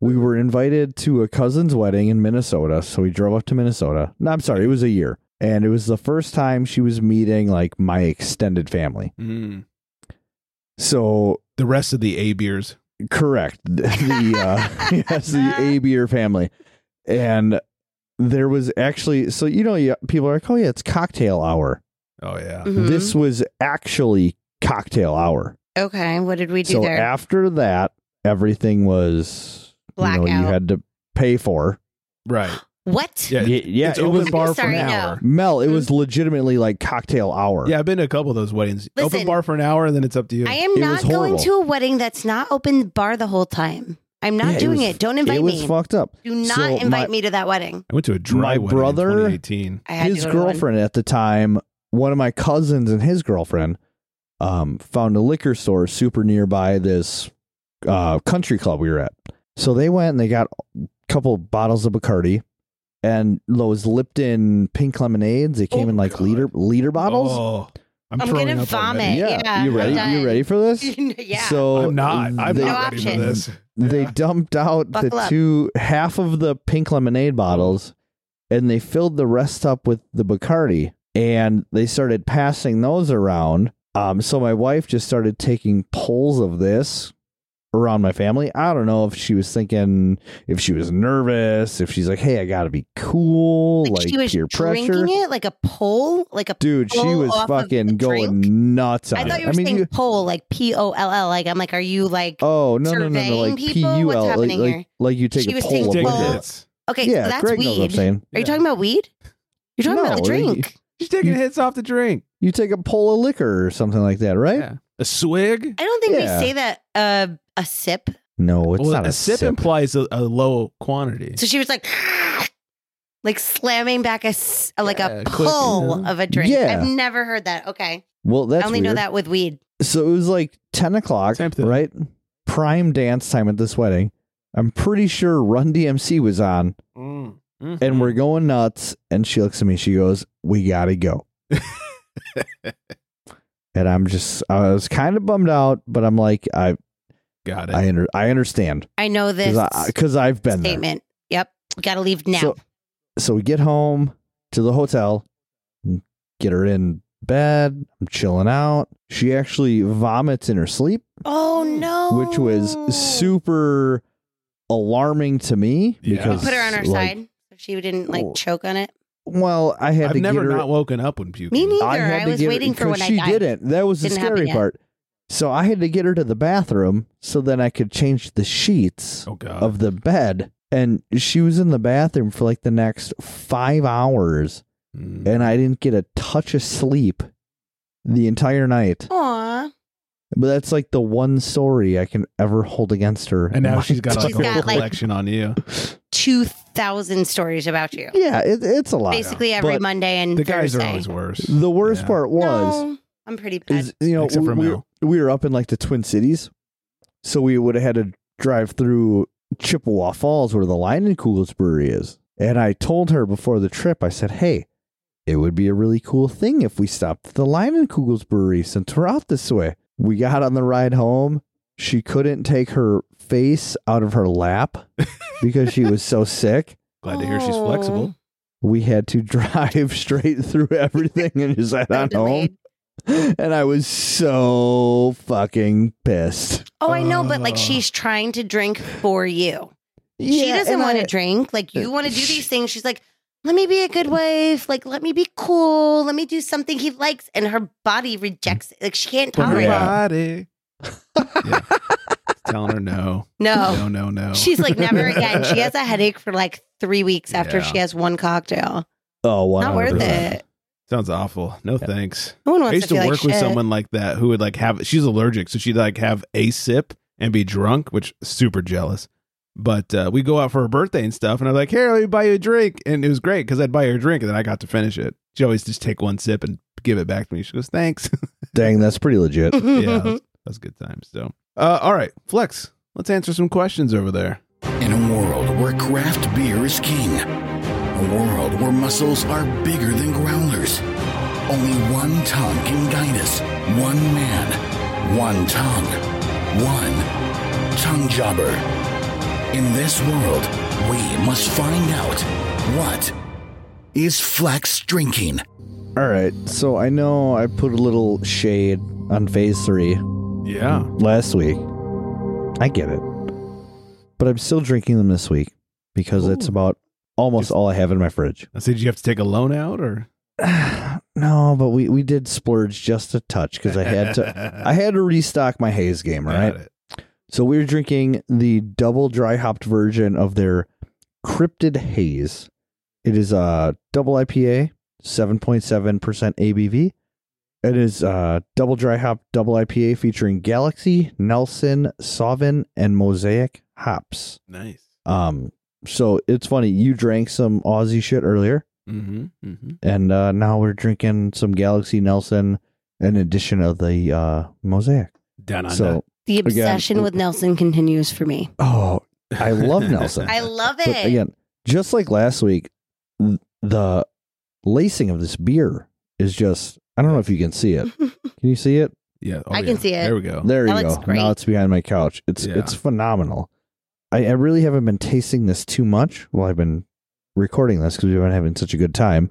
B: We were invited to a cousin's wedding in Minnesota, so we drove up to Minnesota. No, I'm sorry, it was a year, and it was the first time she was meeting like my extended family. So
A: Mm. The rest of the A beers.
B: correct, the uh, yes,
C: Uh-huh.
B: the A beer family, and there was actually so you know yeah, people are like oh yeah it's cocktail hour.
A: Oh yeah.
C: Mhm.
B: Uh, This was actually cocktail hour.
C: Okay, what did we do
B: so
C: there?
B: after that, everything was you know,
C: Blackout.
B: You, had to pay for.
A: Right.
C: what?
A: Yeah.
B: Y- yeah,
A: it's
B: it
A: open
B: was-
A: bar for
C: Sorry,
A: an
C: no.
A: hour.
B: Mel, it
C: Mm-hmm.
B: was legitimately like cocktail hour.
A: Yeah, I've been to a couple of those weddings.
C: Listen.
A: open bar for an hour, and then it's up to you.
C: I am
B: It
C: not
B: was
C: going
B: horrible.
C: to a wedding that's not open bar the whole time. I'm
B: Yeah,
C: not
B: it
C: doing
B: was-
C: it. Don't invite
B: it was
C: me.
B: fucked up.
C: do not
B: so
C: invite
B: my-
C: me to that wedding.
A: I went to a dry
B: My
A: wedding
B: brother-
A: in 2018.
C: I had to
B: His
C: go to one.
B: girlfriend at the time, one of my cousins and his girlfriend, um, found a liquor store super nearby this uh, country club we were at. So they went and they got a couple bottles of Bacardi and those Lipton pink lemonades. They came
A: Oh,
B: in like
A: God.
B: liter liter bottles.
A: Oh, I'm,
C: I'm
A: throwing
C: gonna
A: up already.
C: vomit. yeah,
B: you
A: I'm
B: ready?
C: done.
B: You ready for this?
C: yeah.
B: So
A: I'm not. I'm
B: Oh, they-
A: not
C: No
A: ready for
C: option.
A: this.
B: they
A: Yeah.
B: dumped out
C: Buckle
B: the
C: up.
B: two half of the pink lemonade bottles and they filled the rest up with the Bacardi and they started passing those around. Um, so my wife just started taking pulls of this around my family. I don't know if she was thinking, if she was nervous, if she's like, hey, I gotta be cool, like,
C: she was
B: peer
C: drinking
B: pressure.
C: it like a pole, like a.
B: Dude, she
C: pull
B: was
C: off of the
B: fucking going
C: drink?
B: nuts on
C: I thought
B: it.
C: you were
B: I mean,
C: saying
B: you,
C: pole, like P O L L. Like I'm like, are you like?
B: oh no, no, no, no,
C: surveying
B: like P
C: people?
B: U
C: What's
B: L, like,
C: happening
B: like,
C: here?
B: like you take
C: She
B: a
C: was
B: pull
C: taking
B: of
A: Taking
C: Well,
B: it.
A: hits.
C: okay,
B: Yeah,
C: so that's
B: Greg knows what I'm
C: weed.
B: saying.
C: Are
A: Yeah.
C: you talking about weed? You're talking about
B: No,
C: the drink.
A: She's taking
B: You-
A: hits off the drink.
B: You take a pull of liquor or something like that, right?
A: Yeah. A swig.
C: I don't think
B: Yeah.
C: we say that. Uh, a sip.
B: No, it's
A: Well,
B: not a,
A: sip,
B: sip.
A: implies a, a low quantity.
C: So she was like, like slamming back a s- like
A: Yeah,
C: a
A: click,
C: pull
A: you know?
C: of a drink.
B: Yeah.
C: I've never heard that. Okay,
B: Well, that's
C: I only know
B: weird.
C: that with weed.
B: So it was like ten o'clock,
A: Same thing.
B: right? Prime dance time at this wedding. I'm pretty sure Run DMC was on,
A: Mm.
B: and we're going nuts. And she looks at me. She goes, "We gotta go." and I'm just, I was kind of bummed out, but I'm like, I,
A: got it.
B: I, under, I understand
C: I know this
B: because I've been there.
C: statement. Yep, we gotta leave now.
B: So, so we get home to the hotel, get her in bed. I'm chilling out. She actually vomits in her sleep,
C: oh no,
B: which was
C: Oh.
B: super alarming to me
A: Yeah.
B: because
C: Put her on her
B: like,
C: side so she didn't like
B: Oh.
C: choke on it.
B: Well, I had
A: I've
B: to
A: never
B: get her.
A: not woken up when puking.
C: Me neither.
B: I
C: I,
B: had to
C: was
B: get her-
C: waiting for
B: 'cause
C: when I
B: she
C: died.
B: didn't. That was
C: Didn't
B: the
C: happen
B: scary
C: yet.
B: part. So I had to get her to the bathroom so then I could change the sheets
A: Oh god.
B: of the bed. And she was in the bathroom for like the next five hours.
A: Mm.
B: and I didn't get a touch of sleep the entire night.
C: Aw,
B: But that's like the one story I can ever hold against her.
A: And now she's got
C: She's
A: like a whole
C: got, like-
A: collection on you.
C: two thousand stories about you.
B: yeah, it, it's a lot.
C: Basically every
B: But
C: Monday and
A: The guys are
C: Thursday.
A: always worse.
B: The worst
A: Yeah.
B: part was
C: No, I'm pretty bad.
B: is you know
A: Except
B: we,
A: for
B: we,
A: Mel.
B: we were up in like the Twin Cities, so we would have had to drive through Chippewa Falls where the Leinenkugels brewery is. And I told her before the trip, I said, "Hey, it would be a really cool thing if we stopped at the Leinenkugels brewery since we're out this way." We got on the ride home. She couldn't take her face out of her lap because she was so sick.
A: Glad to hear she's
C: Oh,
A: flexible.
B: We had to drive straight through everything and just head
C: Oh,
B: on home
C: delayed.
B: and I was so fucking pissed.
C: Oh, I know, but like
A: Oh.
C: she's trying to drink for you. she doesn't
B: and
C: want
B: I-
C: to drink. Like you want to do
B: She-
C: these things. She's like, let me be a good wife. Like let me be cool. Let me do something he likes, and her body rejects. It. Like she can't
A: But her
C: tolerate.
B: Yeah.
C: it.
A: body. yeah. Telling her no.
C: No,
A: No, no, no.
C: Oh. she's like never again. She has a headache for like three weeks after
A: Yeah.
C: she has one cocktail.
B: Oh,
C: Not worth
B: 100%.
C: it.
A: Sounds awful. No thanks.
C: No one wants
A: I used to
C: feel
A: work
C: like
A: with
C: shit.
A: someone like that who would like have she's allergic, so she'd like have a sip and be drunk, which super jealous. But uh, we go out for her birthday and stuff, and I'm like, "Here, let me buy you a drink," and it was great because I'd buy her a drink, and then I got to finish it. She always just take one sip and give it back to me. She goes, "Thanks."
B: Dang, that's pretty legit.
A: yeah, that's, that's good times. So, uh, all right, Flex, let's answer some questions over there.
D: In a world where craft beer is king, a world where muscles are bigger than growlers, only one tongue can guide us. One man, one tongue, one tongue jobber. In this world, we must find out what is Flex drinking.
B: All right, so I know I put a little shade on phase three
A: Yeah,
B: last week. I get it, but I'm still drinking them this week because it's
A: Ooh.
B: about almost all I have in my fridge.
A: I said, "Did you have to take a loan out or?"
B: no, but we we did splurge just a touch because I had to. I had to restock my haze game, right?
A: Got it.
B: So we're drinking the double dry hopped version of their Cryptid Haze. It is a double IPA, 7.7% ABV. It is a double dry hop double IPA featuring Galaxy, Nelson, Sauvin, and Mosaic hops.
A: Nice.
B: Um, so it's funny, you drank some Aussie shit earlier,
A: Mm-hmm, mm-hmm.
B: and uh, now we're drinking some Galaxy Nelson, an addition of the uh, Mosaic.
A: Down on
B: So
C: The obsession with Nelson continues for me.
B: Oh, I love Nelson.
C: I love it.
B: But again, just like last week, th- the lacing of this beer is just. I don't know if you can see it. Can you see it?
A: Yeah, oh,
C: I can
A: yeah.
C: see it.
A: There we go.
B: There
C: That
B: you
C: looks
B: go.
C: great.
B: Now it's behind my couch. It's
A: Yeah.
B: it's phenomenal. I, I really haven't been tasting this too much. Well, I've been recording this because we've been having such a good time.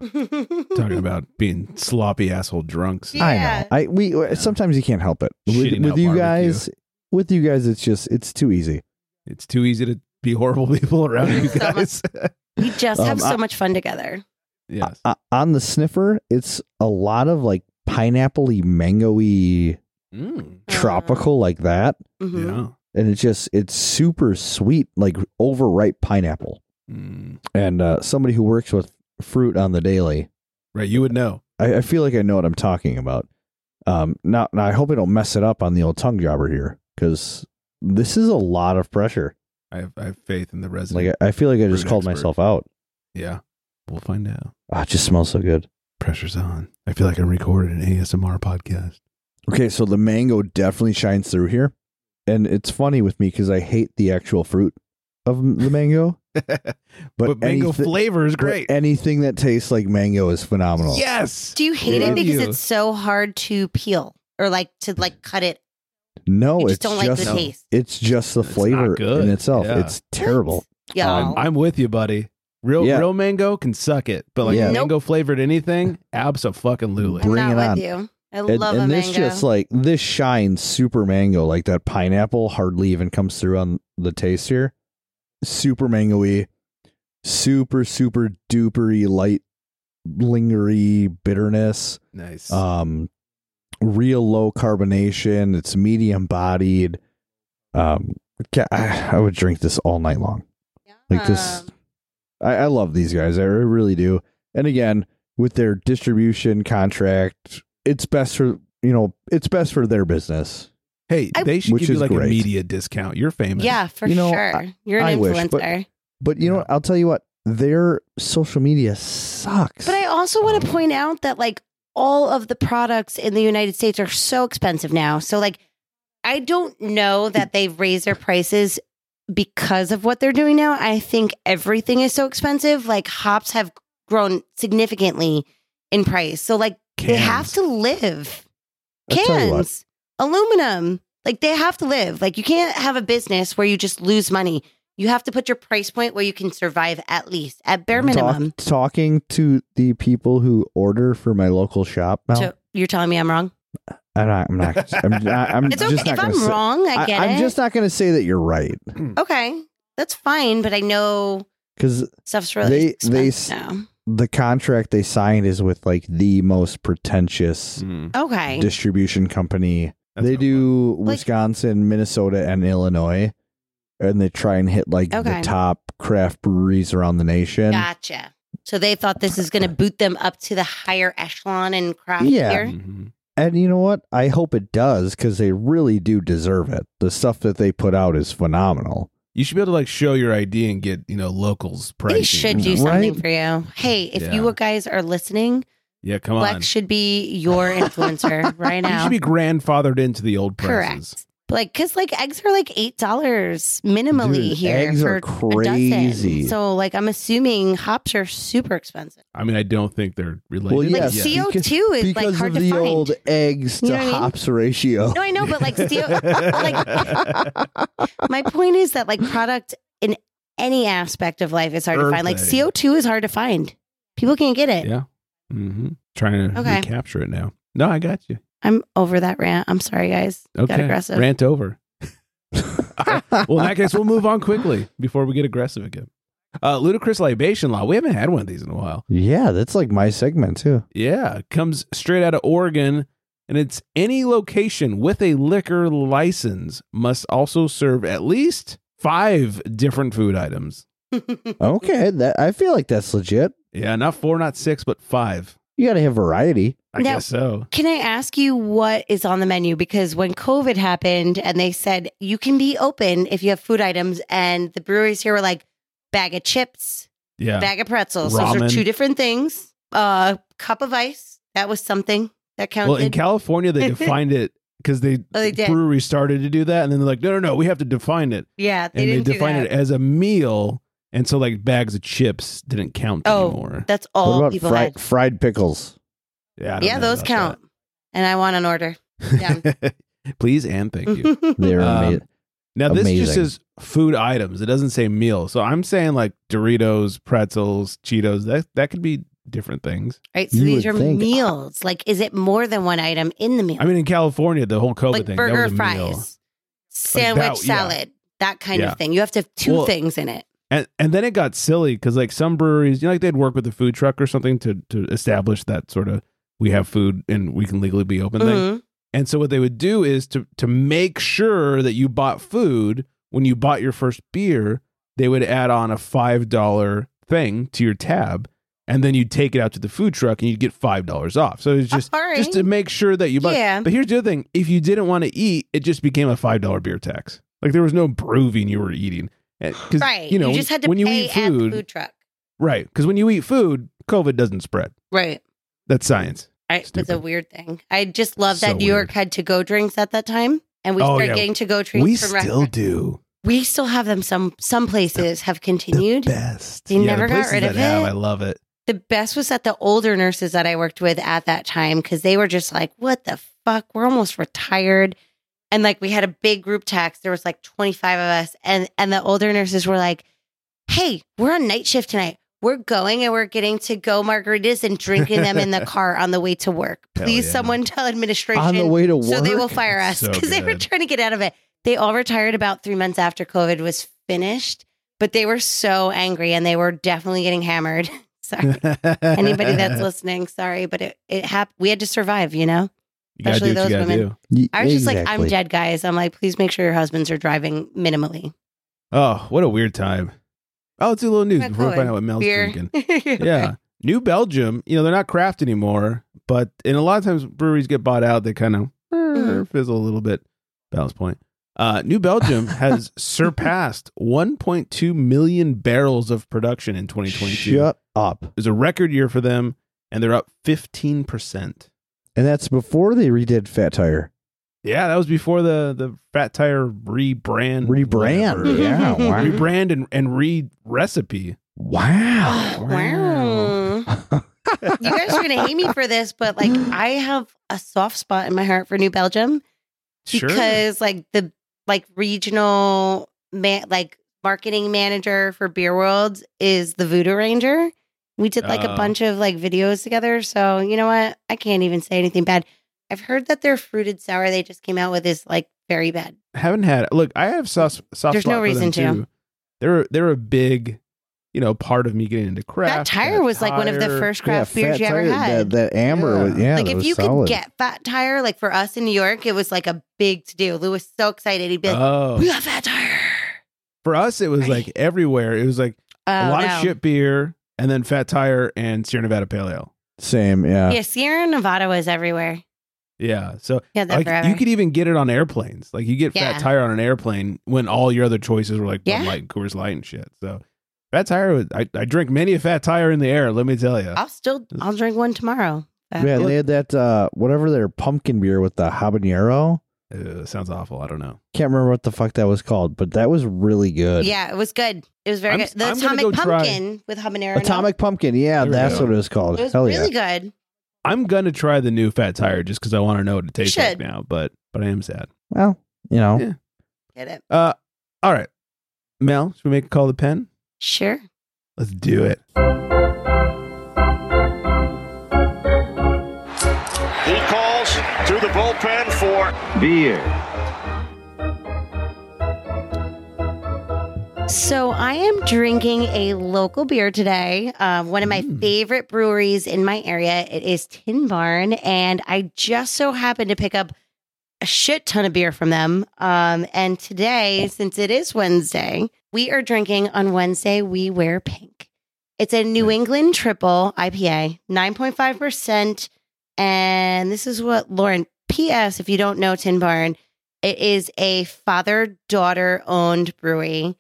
A: Talking about being sloppy asshole drunks.
C: Yeah.
B: I know. I we sometimes you can't help it with,
A: Shitting
B: with
A: out
B: you
A: barbecue.
B: guys. With you guys, it's just it's too easy.
A: It's too easy to be horrible people around you
C: So much-
A: guys.
C: we just have
B: Um, I-
C: so much fun together.
A: yes.
B: Uh, on the sniffer, it's a lot of like pineapple-y, mango-y,
A: Mm,
B: tropical like that,
C: Mhm.
A: yeah.
B: and it's just it's super sweet, like overripe pineapple.
A: Mm.
B: And uh, somebody who works with fruit on the daily,
A: Right. You would know.
B: I, I feel like I know what I'm talking about. Um, now, now I hope I don't mess it up on the old tongue jobber here because this is a lot of pressure.
A: I have, I have faith in the resident.
B: Like uh, I, I feel like I just
A: Fruit
B: called
A: expert.
B: myself out.
A: yeah. We'll find out.
B: Ah, it just smells so good.
A: Pressure's on. I feel like I'm recording an ASMR podcast.
B: Okay, so the mango definitely shines through here, and it's funny with me because I hate the actual fruit of m- the mango,
A: but,
B: but,
A: mango
B: anythi-
A: flavor is
B: but
A: great.
B: anything that tastes like mango is phenomenal.
A: Yes.
C: Do you hate
A: Love
C: it because
A: you.
C: it's so hard to peel or like to like cut it?
B: No,
C: You just
B: Oh, it's
C: don't like
B: just
C: the taste.
B: it's just the
A: It's not
B: flavor
A: good.
B: in itself.
A: Yeah.
B: It's terrible.
C: Y'all.
A: I'm with you, buddy. Real
B: Yeah.
A: real mango can suck it, but like
B: Yeah.
C: Nope.
A: mango flavored anything, abso-fucking-lutely.
C: I'm
B: bring it
C: not
B: on.
C: with you. I
B: And,
C: love
B: and
C: a
B: this
C: mango.
B: just like this shines super mango like that pineapple hardly even comes through on the taste here. Super mangoey, super super dupery light, lingery bitterness.
A: Nice.
B: um real low carbonation it's medium bodied um ca- I, I would drink this all night long like
C: Um,
B: this I, I love these guys i really do and again with their distribution contract it's best for you know it's best for their business
A: hey,
C: I-
A: they should
B: Which
A: give you
B: is
A: like a
B: great.
A: media discount. You're famous.
C: Yeah, for
B: You know,
C: sure. You're an
B: I wish,
C: influencer.
B: but- but you know what? i'll tell you what their social media sucks
C: But I also want
B: Um,
C: to point out that like all of the products in the United States are so expensive now. So like I don't know that they've raised their prices because of what they're doing now. I think everything is so expensive. Like hops have grown significantly in price. So like they have
A: Cans.
C: to live.
B: I'll tell you what.
C: Cans, aluminum. Like they have to live. Like you can't have a business where you just lose money. You have to put your price point where you can survive at least at bare
B: Talk-
C: minimum.
B: talking to the people who order for my local shop now
C: So you're telling me I'm wrong?
B: i'm not i'm not i'm, not, I'm
C: It's
B: just
C: okay
B: not
C: if
B: gonna
C: I'm
B: say-
C: wrong. I get
B: am
C: it.
B: just not going to say that you're right
C: okay, that's fine. But I know
B: because
C: stuff's really
B: They- they s-
C: expensive now.
B: the contract they signed is with like the most pretentious
A: Mm,
C: Okay,
B: distribution company.
A: that's
B: they
A: no
B: do
C: Like-
B: Wisconsin, Minnesota, and Illinois, and they try and hit like
C: Okay.
B: the top craft breweries around the nation.
C: gotcha. So they thought this is going to boot them up to the higher echelon in craft
B: Yeah.
A: fun.
C: beer.
A: Mhm.
B: And you know what? I hope it does because they really do deserve it. The stuff that they put out is phenomenal.
A: You should be able to like show your ID and get you know locals pricing.
C: They should do something
B: Right?
C: for you. Hey, if
A: Yeah.
C: you guys are listening,
A: Yeah, come on.
C: Lex should be your influencer right
A: You
C: now.
A: should be grandfathered into the old prices.
C: Correct. Like, cause like eggs are like eight dollars minimally
B: Dude,
C: here
B: eggs
C: for
B: are
C: a dozen.
B: crazy.
C: So like, I'm assuming hops are super expensive.
A: I mean, I don't think they're related.
B: Well,
A: but
C: Like
B: yes,
A: yeah.
C: CO2 is
B: because
C: like hard
B: of the
C: to find.
B: old eggs to
C: You know what I mean?
B: hops ratio.
C: No, I know, but like, CO- like my point is that like product in any aspect of life is hard to find. Like
A: Earthing.
C: CO2 is hard to find. People can't get it.
A: Yeah. hmm Trying to
C: Okay.
A: recapture it now. No, I got you.
C: I'm over that rant. I'm sorry, guys.
A: Okay.
C: Got aggressive.
A: Rant over. well, in that case, we'll move on quickly before we get aggressive again. Uh, ludicrous libation law. We haven't had one of these in a while.
B: yeah, that's like my segment too.
A: Yeah, comes straight out of Oregon, and it's any location with a liquor license must also serve at least five different food items.
B: Okay, that I feel like that's legit.
A: Yeah, not four, not six, but five.
B: You got to have variety.
A: I
C: Now-
A: guess so.
C: Can I ask you what is on the menu? Because when COVID happened and they said you can be open if you have food items, and the breweries here were like bag of chips,
A: Yeah,
C: bag of pretzels. Those
A: Ramen.
C: are two different things. Uh, cup of ice. That was something that counted.
A: Well, in California, they defined it because they,
C: Oh, they did.
A: brewery started to do that, and then they're like, no, no, no, we have to define it,
C: Yeah, they
A: and they
C: didn't
A: define
C: do
A: it
C: that.
A: as a meal, and so like bags of chips didn't count
C: Oh,
A: anymore.
C: That's
B: What
C: all
B: about
C: people
B: fri-
C: had.
B: fried pickles?
A: Yeah, I don't
C: Yeah,
A: know
C: those
A: about
C: count. And I want an order. Yeah.
A: that. Please and thank you.
B: They're
A: Um,
B: amazing.
A: Now this just
B: Amazing.
A: says food items. It doesn't say meal. So I'm saying like Doritos, pretzels, Cheetos. That that could be different things.
C: right. So
B: You
C: these are
B: would think-
C: meals. Like, is it more than one item in the meal?
A: I mean, in California, the whole COVID
C: like
A: thing that
C: burger,
A: was a
C: fries,
A: meal.
C: sandwich,
A: yeah.
C: salad, that kind
A: Yeah.
C: of thing. You have to have two
A: Well,
C: things in it.
A: And and then it got silly because like some breweries, you know, like they'd work with a food truck or something to to establish that sort of we have food and we can legally be open thing.
C: Mhm.
A: And so what they would do is to to make sure that you bought food when you bought your first beer, they would add on a five dollar thing to your tab, and then you'd take it out to the food truck and you'd get five dollars off. So it's just
C: All right.
A: just to make sure that you bought.
C: Yeah.
A: But here's the other thing: if you didn't want to eat, it just became a five dollar beer tax. Like there was no proving you were eating. Because
C: right.
A: you know
C: just had to
A: when you
C: pay
A: eat
C: at the
A: food,
C: food truck.
A: right? Because when you eat food, COVID doesn't spread.
C: Right.
A: That's science.
C: I, it's a
A: Stupid.
C: weird thing. I just love that
A: So
C: New York
A: weird.
C: had to go drinks at that time, and we
A: Oh,
C: started
A: yeah.
C: getting to go drinks.
A: We
C: from
A: still
C: restaurants.
A: do.
C: We still have them. Some some places have continued.
A: The
C: The,
A: best.
C: They never got
A: places
C: rid of
A: that have,
C: it.
A: I love it.
C: best was at the older nurses that I worked with at that time because they were just like, "What the fuck? We're almost retired." And like we had a big group text. There was like twenty five of us, and and the older nurses were like, "Hey, we're on night shift tonight. We're going and we're getting to go margaritas and drinking them in the car on the way to work.
A: Hell
C: Please,
A: yeah.
C: someone tell administration
B: On the way to work.
C: So they will fire
A: That's
C: us
A: so
C: because they were
A: good.
C: trying to get out of it. They all retired about three months after COVID was finished, but they were so angry and they were definitely getting hammered. sorry. Anybody that's listening, sorry, but it, it happened. We had to survive, you know?
A: You gotta
C: especially
A: do what you
C: those
A: gotta
C: women.
A: do.
B: Y-
C: I was just like, I'm
B: exactly.
C: dead, guys. I'm like, please make sure your husbands are driving minimally.
A: Oh, what a weird time. Oh, let's do a little news
C: Not
A: before we find
C: going.
A: out what Mel's
C: Beer.
A: drinking. Yeah. New Belgium, you know, they're not craft anymore, but and a lot of times breweries get bought out, they kind of
C: Mhm.
A: fizzle a little bit. Balance point. Uh, New Belgium has surpassed 1.2 million barrels of production in 2022.
B: Shut up.
A: It was a record year for them, and they're up 15%.
B: And that's before they redid Fat Tire.
A: Yeah, that was before the the Fat Tire rebrand.
B: Rebrand.
A: whatever.
B: Yeah. wow.
A: rebrand and, and re recipe. Oh,
B: Wow.
C: Oh, Wow. you guys are gonna hate me for this, but like I have a soft spot in my heart for New Belgium because like the like regional man like marketing manager for Beer World is the Voodoo Ranger. We did like
A: Oh.
C: a bunch of like videos together, so you know what? I can't even say anything bad. I've heard that their fruited sour they just came out with is like very bad.
A: haven't had look. I have soft soft.
C: There's
A: spot
C: no
A: for them,
C: reason to.
A: too. They're they're a big, you know, part of me getting into craft.
C: Fat Tire
A: Fat
C: was like one of the
A: Tire.
C: first craft
B: Fat
C: beers you ever
B: Tire,
C: had.
B: That, that amber was, yeah,
C: like
B: that
C: if
B: was
C: you
B: solid.
C: could get Fat Tire, like for us in New York, it was like a big to do. Lou was so excited. He'd be like, "We
A: Oh,
C: got Fat Tire."
A: for us it was like everywhere. It was like a
C: Oh,
A: lot
C: no.
A: of shit beer, and then Fat Tire and Sierra Nevada Pale Ale.
B: Same, yeah.
C: Yeah, Sierra Nevada was everywhere.
A: Yeah, so
C: Yeah, that
A: like
C: forever.
A: you could even get it on airplanes. Like you get
C: Yeah.
A: Fat Tire on an airplane when all your other choices were like Bud
C: Yeah.
A: Light and Coors Light and shit. So Fat Tire, was, I I drink many a Fat Tire in the air. Let me tell you.
C: I'll still I'll drink one tomorrow. But-
B: Yeah, and they had that uh whatever their pumpkin beer with the habanero.
A: Ugh, sounds awful. I don't know.
B: Can't remember what the fuck that was called, but that was really good.
C: Yeah, it was good. It was very
A: I'm-
C: good. The
A: I'm gonna
C: Atomic
A: go try-
C: Pumpkin with habanero. and
B: Atomic Pumpkin, yeah,
A: There we
B: that's
A: go.
B: what it was
C: all.
B: called.
C: It was
B: Hell
C: really
B: yeah.
C: good.
A: I'm gonna try the new Fat Tire just because I want to know what it tastes like
C: should.
A: now. But but I am sad.
B: Well, you know.
A: Yeah.
C: Get it?
A: Uh, all right, Mel, should we make a call to pen?
C: Sure.
A: Let's do it.
E: He calls to the bullpen for
F: beer.
C: So I am drinking a local beer today. Um, one of my
A: Mm.
C: favorite breweries in my area. It is Tin Barn, and I just so happened to pick up a shit ton of beer from them. Um, and today, since it is Wednesday, we are drinking on Wednesday. We wear pink. It's a New
A: Nice.
C: England Triple IPA, nine point five percent, and this is what Lauren. P.S. If you don't know Tin Barn, it is a father daughter owned brewery.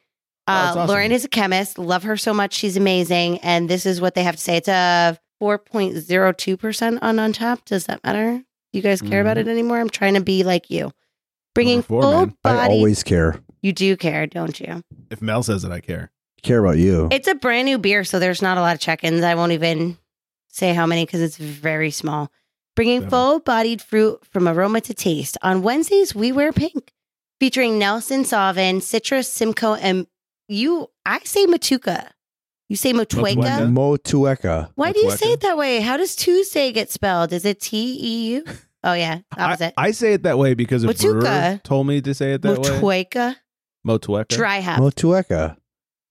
A: Oh,
C: Uh,
A: that's awesome.
C: Lauren is a chemist. Love her so much. She's amazing. And this is what they have to say. It's a 4.02% on Untapped. Does that matter? You guys care about it anymore? I'm trying to be like you. Bringing
A: Number four,
C: full
A: man.
B: Mm-hmm. I
C: body.
B: always care.
C: you do care, don't you?
A: If Mel says it, I care.
B: Care about you.
C: It's a brand new beer, so there's not a lot of check ins. I won't even say how many because it's very small. Bringing
A: Seven.
C: full bodied fruit from aroma to taste. On Wednesdays, we wear pink, featuring Nelson Sauvin, Citrus, Simcoe, and you. I say Matuka. You say Matueka.
A: Matueka?
B: Mo Tueka.
C: Why do you
A: Matueka.
C: say it that way? How does Tuesday get spelled? Is it T E U? Oh, yeah.
A: I,
C: Opposite.
A: I say it that way because a brewer
C: Matuka.
A: told me to say it that way.
C: Matueka.
A: Motueka.
C: Dry hop.
B: Mo Tueka.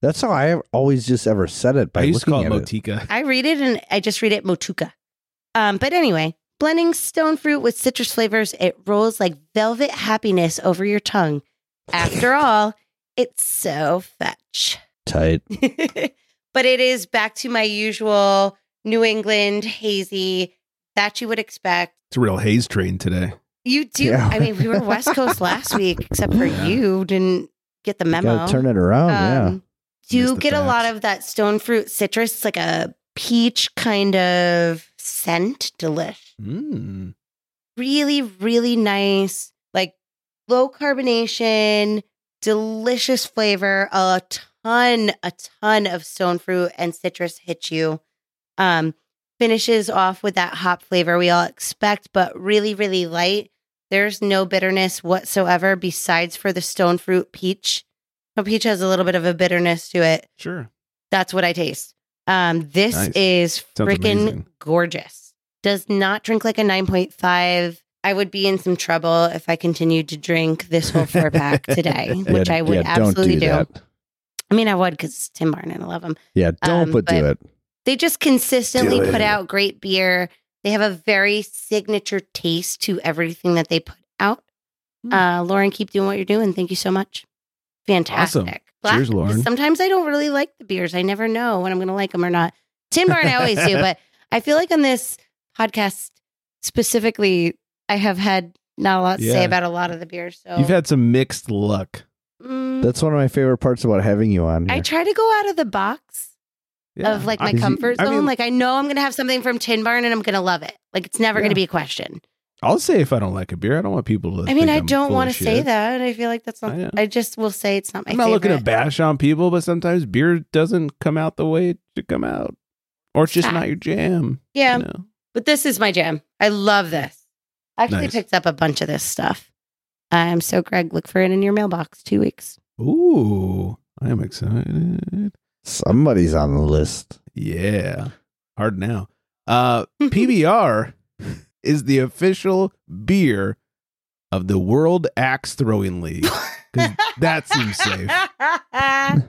B: That's how I have always just ever said it by
A: I used to
B: looking
A: call it
B: at it.
A: Motika.
C: I read it and I just read it motuka. Um, but anyway, blending stone fruit with citrus flavors, it rolls like velvet happiness over your tongue. After all, it's so fetch.
B: Tight.
C: but it is back to my usual New England hazy that you would expect.
A: It's a real haze train today.
C: You do.
B: Yeah.
C: I mean, we were West Coast last week, except for you didn't get the memo.
B: Gotta turn it around. yeah.
C: Um, Do
A: Missed
C: you
A: the
C: get a lot
A: facts.
C: of that stone fruit citrus, It's like a peach kind of scent? Delish.
B: Hmm.
A: Mm.
C: Really, really nice. Like low carbonation, delicious flavor. A ton, a ton of stone fruit and citrus hit you. Um, finishes off with that hop flavor we all expect, but really, really light. There's no bitterness whatsoever besides for the stone fruit peach. Now, peach has a little bit of a bitterness to it.
A: Sure.
C: That's what I taste. Um, this
A: Nice.
C: is
A: Sounds
C: freaking
A: amazing.
C: gorgeous. Does not drink like a 9.5. I would be in some trouble if I continued to drink this whole four pack today,
B: Yeah,
C: which I would
B: yeah,
C: absolutely do
B: that.
C: I mean, I would because it's Tim Barton and I love him.
B: Yeah, don't,
C: Um,
B: but, do
C: but-
B: it.
C: They just consistently
D: Do it.
C: put out great beer. They have a very signature taste to everything that they put out. Uh, Lauren, keep doing what you're doing. Thank you so much. Fantastic. Glad-
A: Cheers, Lauren.
C: Sometimes I don't really like the beers. I never know when I'm going to like them or not. Tim Barton, I always do, but I feel like on this podcast specifically, I have had not a lot to
A: Yeah.
C: say about a lot of the beers. So
A: You've had some mixed luck.
C: Mm,
B: That's one of my favorite parts about having you on.
C: I
B: here.
C: try to go out of the box
A: Yeah.
C: of like
A: I-
C: my
B: Is he-
C: comfort
A: I
C: zone.
A: mean-
C: like I know I'm gonna have something from Tin Barn and I'm gonna love it. Like it's never
A: Yeah.
C: gonna be a question.
A: I'll say if I don't like a beer. I don't want people to.
C: I mean,
A: think
C: I
A: I'm
C: don't
A: full
C: want
A: of
C: to say
A: shit.
C: that. I feel like that's not.
A: I know.
C: I, just will say it's not my.
A: I'm not looking to
C: favorite.
A: bash on people, but sometimes beer doesn't come out the way it should come out, or it's just
C: Fact.
A: not your jam.
C: Yeah,
A: You know?
C: but this is my jam. I love this. I actually
A: Nice.
C: picked up a bunch of this stuff. I'm so Greg. Look for it in your mailbox. Two weeks.
A: Ooh, I am excited.
B: Somebody's on the list.
A: Yeah. Hard now. Uh PBR is the official beer of the World Axe Throwing League. 'Cause that seems safe.
B: That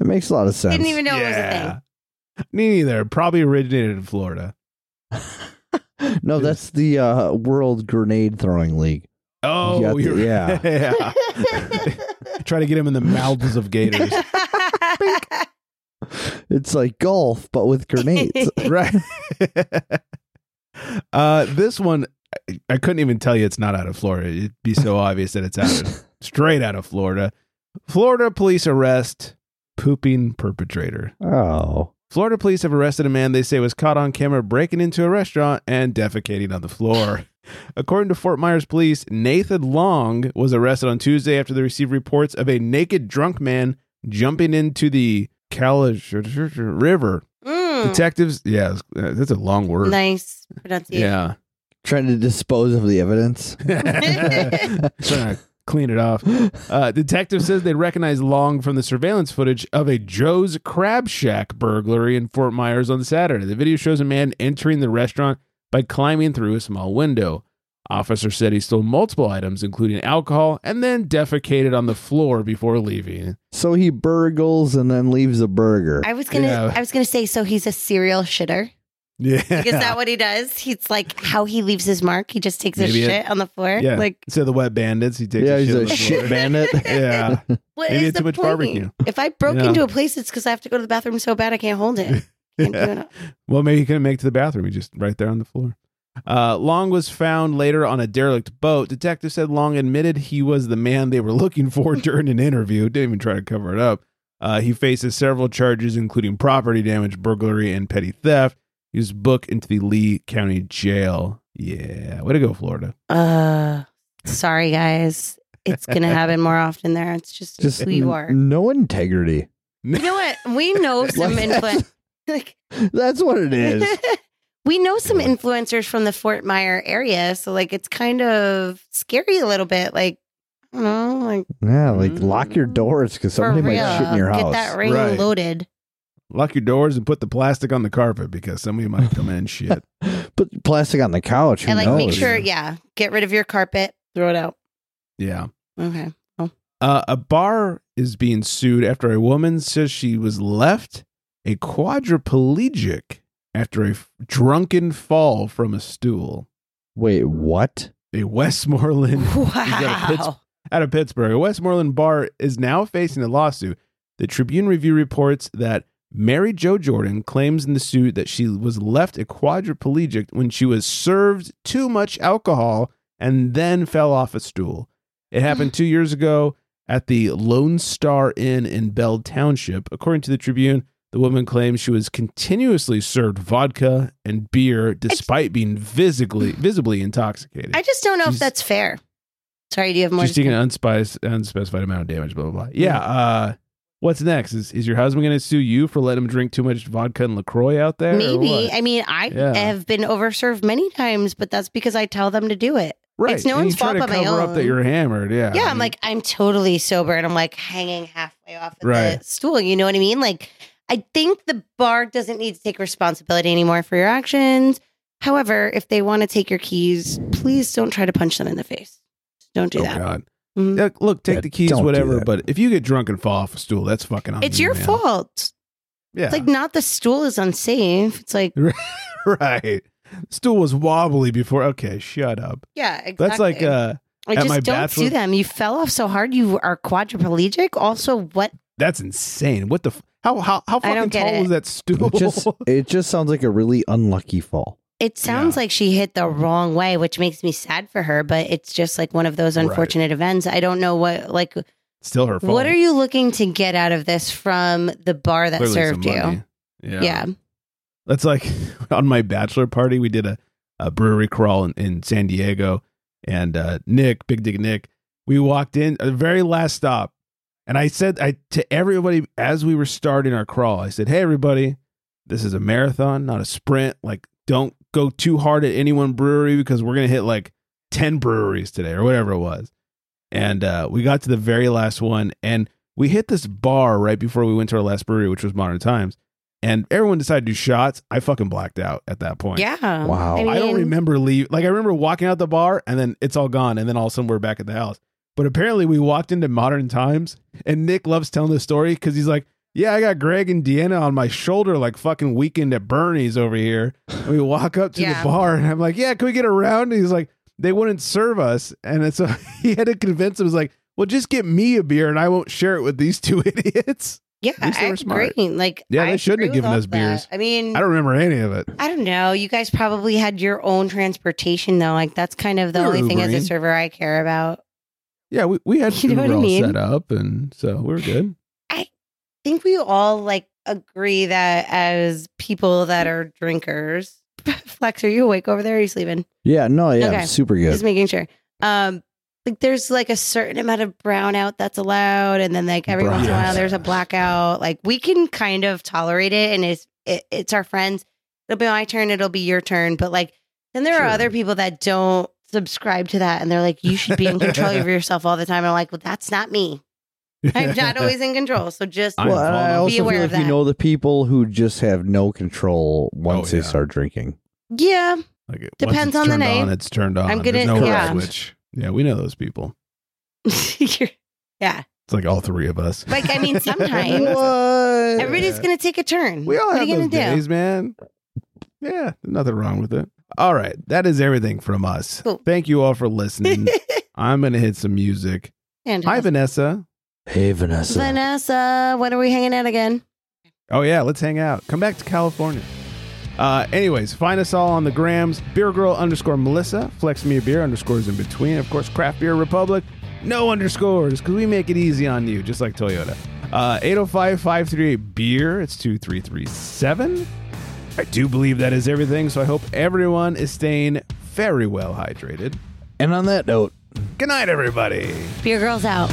B: makes a lot of sense.
C: Didn't even know it was a thing.
A: Me neither. Probably originated in Florida.
B: no, that's the uh, World Grenade Throwing League.
A: Oh,
B: got the-
A: you're-
B: yeah.
A: yeah. Try to get him in the mouths of gators.
B: It's like golf, but with grenades.
A: right. uh this one I, I couldn't even tell you it's not out of Florida. It'd be so obvious that it's out of straight out of Florida. Florida police arrest pooping perpetrator.
B: oh,
A: Florida police have arrested a man they say was caught on camera breaking into a restaurant and defecating on the floor. According to Fort Myers police, Nathan Long was arrested on Tuesday after they received reports of a naked drunk man jumping into the Kalish River.
C: Mm,
A: Detectives, yeah, that's that's a long word.
C: nice pronunciation.
A: Yeah.
B: trying to dispose of the evidence.
A: Trying to clean it off. Uh, detective says they recognize Long from the surveillance footage of a Joe's Crab Shack burglary in Fort Myers on Saturday. The video shows a man entering the restaurant by climbing through a small window. Officer said he stole multiple items, including alcohol, and then defecated on the floor before leaving.
B: So he burgles and then leaves a burger.
C: I was gonna.
A: Yeah.
C: I was gonna say. So he's a serial shitter.
A: Yeah.
C: Like, is that what he does? He's like how he leaves his mark. He just takes
A: Maybe
C: his
A: it-
C: shit on the floor.
A: yeah.
C: Like,
A: so the wet bandits, he takes
B: yeah,
A: a
B: he's
A: shit on
B: a
A: the
B: shit
A: floor.
B: bandit.
A: yeah.
C: what
A: Maybe
C: is
A: it's
C: the
A: too much
C: point?
A: barbecue.
C: If I broke
A: Yeah.
C: into a place, it's because I have to go to the bathroom so bad I can't hold it. Can't do it.
A: Well, maybe he couldn't make it to the bathroom. He just right there on the floor. Uh, Long was found later on a derelict boat. Detective said Long admitted he was the man they were looking for during an interview. Didn't even try to cover it up. Uh, he faces several charges, including property damage, burglary, and petty theft. He was booked into the Lee County Jail. Yeah, way to go, Florida.
C: Uh, sorry, guys. It's going to happen more often there. It's just,
B: Just
C: who you
B: n-
C: are.
B: no integrity.
C: you know what? We know some
B: Like-
C: influence. Like,
B: That's what it is.
C: we know some influencers from the Fort Myer area. So, like, it's kind of scary a little bit. Like, I don't know, like,
B: yeah, like lock your doors because
C: Mm. for
B: somebody
C: real.
B: might shit in your
C: Get
B: house.
C: that ring
A: Right.
C: loaded.
A: Lock your doors and put the plastic on the carpet because somebody might come in and shit.
B: Put plastic on the couch. Who
C: and, like, make
B: knows?
C: sure, yeah, get rid of your carpet, throw it out.
A: Yeah.
C: Okay.
A: Uh, a bar is being sued after a woman says she was left a quadriplegic after a f- drunken fall from a stool.
B: Wait, what?
A: A Westmoreland
C: Wow.
A: out of Pittsburgh. A Westmoreland bar is now facing a lawsuit. The Tribune Review reports that Mary Jo Jordan claims in the suit that she was left a quadriplegic when she was served too much alcohol and then fell off a stool. It happened two years ago at the Lone Star Inn in Bell Township. According to the Tribune, the woman claims she was continuously served vodka and beer despite being physically visibly intoxicated.
C: I just don't know
A: She's-
C: if that's fair. Sorry, do you have more?
A: She's
C: to
A: taking
C: say?
A: an unspec- unspecified amount of damage, blah, blah, blah. Yeah. Uh, what's next? Is, is your husband going to sue you for letting him drink too much vodka and LaCroix out there? or
C: Maybe.
A: what?
C: I mean, I
A: Yeah.
C: have been overserved many times, but that's because I tell them to do it.
A: Right.
C: it's no
A: and
C: one's
A: you try
C: fault
A: to
C: but my
A: cover up that
C: own.
A: you're hammered. Yeah.
C: yeah,
A: I
C: I'm
A: mean,
C: like, I'm totally sober and I'm like hanging halfway off of
A: Right.
C: the stool. You know what I mean? Like, I think the bar doesn't need to take responsibility anymore for your actions. However, if they want to take your keys, please don't try to punch them in the face. Don't do
A: oh,
C: that.
A: God.
C: Mhm.
A: Yeah, look, take
B: Yeah,
A: the keys,
B: don't do
A: whatever.
B: that.
A: But if you get drunk and fall off a stool, that's fucking on
C: It's
A: you,
C: your
A: man.
C: fault.
A: Um, Yeah.
C: It's like not the stool is unsafe. It's like,
A: right. Stool was wobbly before. Okay, shut up.
C: yeah, exactly.
A: That's like uh
C: I
A: at
C: just
A: my
C: don't
A: bachelor-
C: sue them. You fell off so hard, you are quadriplegic. Also, what?
A: that's insane. What the f- how how how
C: I
A: fucking
C: don't get
A: tall
C: it.
A: was that stool?
B: It just it just sounds like a really unlucky fall.
C: It sounds
A: Yeah. Mm-hmm.
C: like she hit the wrong way, which makes me sad for her. But it's just like one of those unfortunate events. I don't know what. Like,
A: Still her fault.
C: what are you looking to get out of this from the bar that
A: Clearly some
C: served you?
A: money.
C: Yeah.
A: That's like on my bachelor party, we did a, a brewery crawl in, in San Diego. And uh, Nick, Big Dick Nick, we walked in at the very last stop. And I said I to everybody as we were starting our crawl, I said, Hey, everybody, this is a marathon, not a sprint. Like, don't go too hard at any one brewery because we're going to hit like 10 breweries today or whatever it was. And uh, we got to the very last one. And we hit this bar right before we went to our last brewery, which was Modern Times. And everyone decided to do shots. I fucking blacked out at that point.
C: Yeah.
B: Wow.
C: Um, I mean,
A: I don't remember leave. Like I remember walking out the bar, and then it's all gone, and then all of a sudden we're back at the house. But apparently we walked into modern times, and Nick loves telling this story because he's like, "Yeah, I got Greg and Deanna on my shoulder, like fucking weekend at Bernie's over here." And we walk up to
C: Yeah.
A: the bar, and I'm like, "Yeah, can we get a round?" And he's like, "They wouldn't serve us," and it's- so he had to convince him. He's like, "Well, just get me a beer, and I won't share it with these two idiots."
C: Yeah,
A: least they
C: I
A: were smart.
C: agree. Like,
A: Yeah, they
C: I
A: shouldn't have
C: agree with
A: given
C: all
A: us
C: of
A: beers.
C: that. I mean,
A: I don't remember any of it.
C: I don't know. You guys probably had your own transportation though. Like that's kind of the
A: We were
C: only thing as a
A: Ubering.
C: server I care about. I
A: Yeah, we, we had
C: You know
A: we
C: what
A: were
C: I
A: all
C: mean?
A: set up, and so we we're good.
C: think we all like agree that as people
A: Mm.
C: that are drinkers. Flex, are you awake over there? Or are you sleeping?
B: Yeah, no, yeah,
C: Okay.
B: super good.
C: Just making sure. Um like there's like a certain amount of brownout that's allowed, and then like every once in a while
A: Brownout.
C: there's a blackout. Like we can kind of tolerate it, and it's it, it's our friends. It'll be my turn. It'll be your turn. But like then there
A: Sure.
C: are other people that don't subscribe to that, and they're like, you should be in control of yourself all the time. And I'm like, well, that's not me. I'm not always in control. So just
A: I'm
B: well, and
A: falling
B: I
A: off.
B: also
C: Be
B: feel
C: aware
B: like
C: of
B: you
C: that.
B: know the people who just have no control once
A: Oh,
B: they
A: yeah.
B: start drinking.
C: yeah,
A: Like it, once
C: Depends on
A: it's
C: the
A: turned
C: night.
A: On, it's turned on.
C: I'm gonna-
A: There's no
B: yeah.
A: off switch. Yeah, we know those people.
C: You're- yeah.
A: It's like all three of us.
C: Like I mean, sometimes
B: What?
C: everybody's gonna take a turn.
A: we all
C: what
A: have
C: are you
A: those
C: gonna do?
A: days, man. Yeah, nothing wrong with it. All right, that is everything from us.
C: Cool.
A: Thank you all for listening. I'm gonna hit some music.
C: And
A: Hi, Vanessa.
B: Hey Vanessa.
C: Vanessa, when are we hanging out again?
A: Oh yeah, let's hang out. Come back to California. Uh, anyways, find us all on the grams. Beer girl underscore Melissa. Flex me a beer underscores in between. Of course, craft beer republic. No underscores because we make it easy on you, just like Toyota. Uh, 805-538 beer. It's two three three seven. I do believe that is everything. So I hope everyone is staying very well hydrated.
B: And on that note,
A: Good night, everybody.
C: Beer Girls out.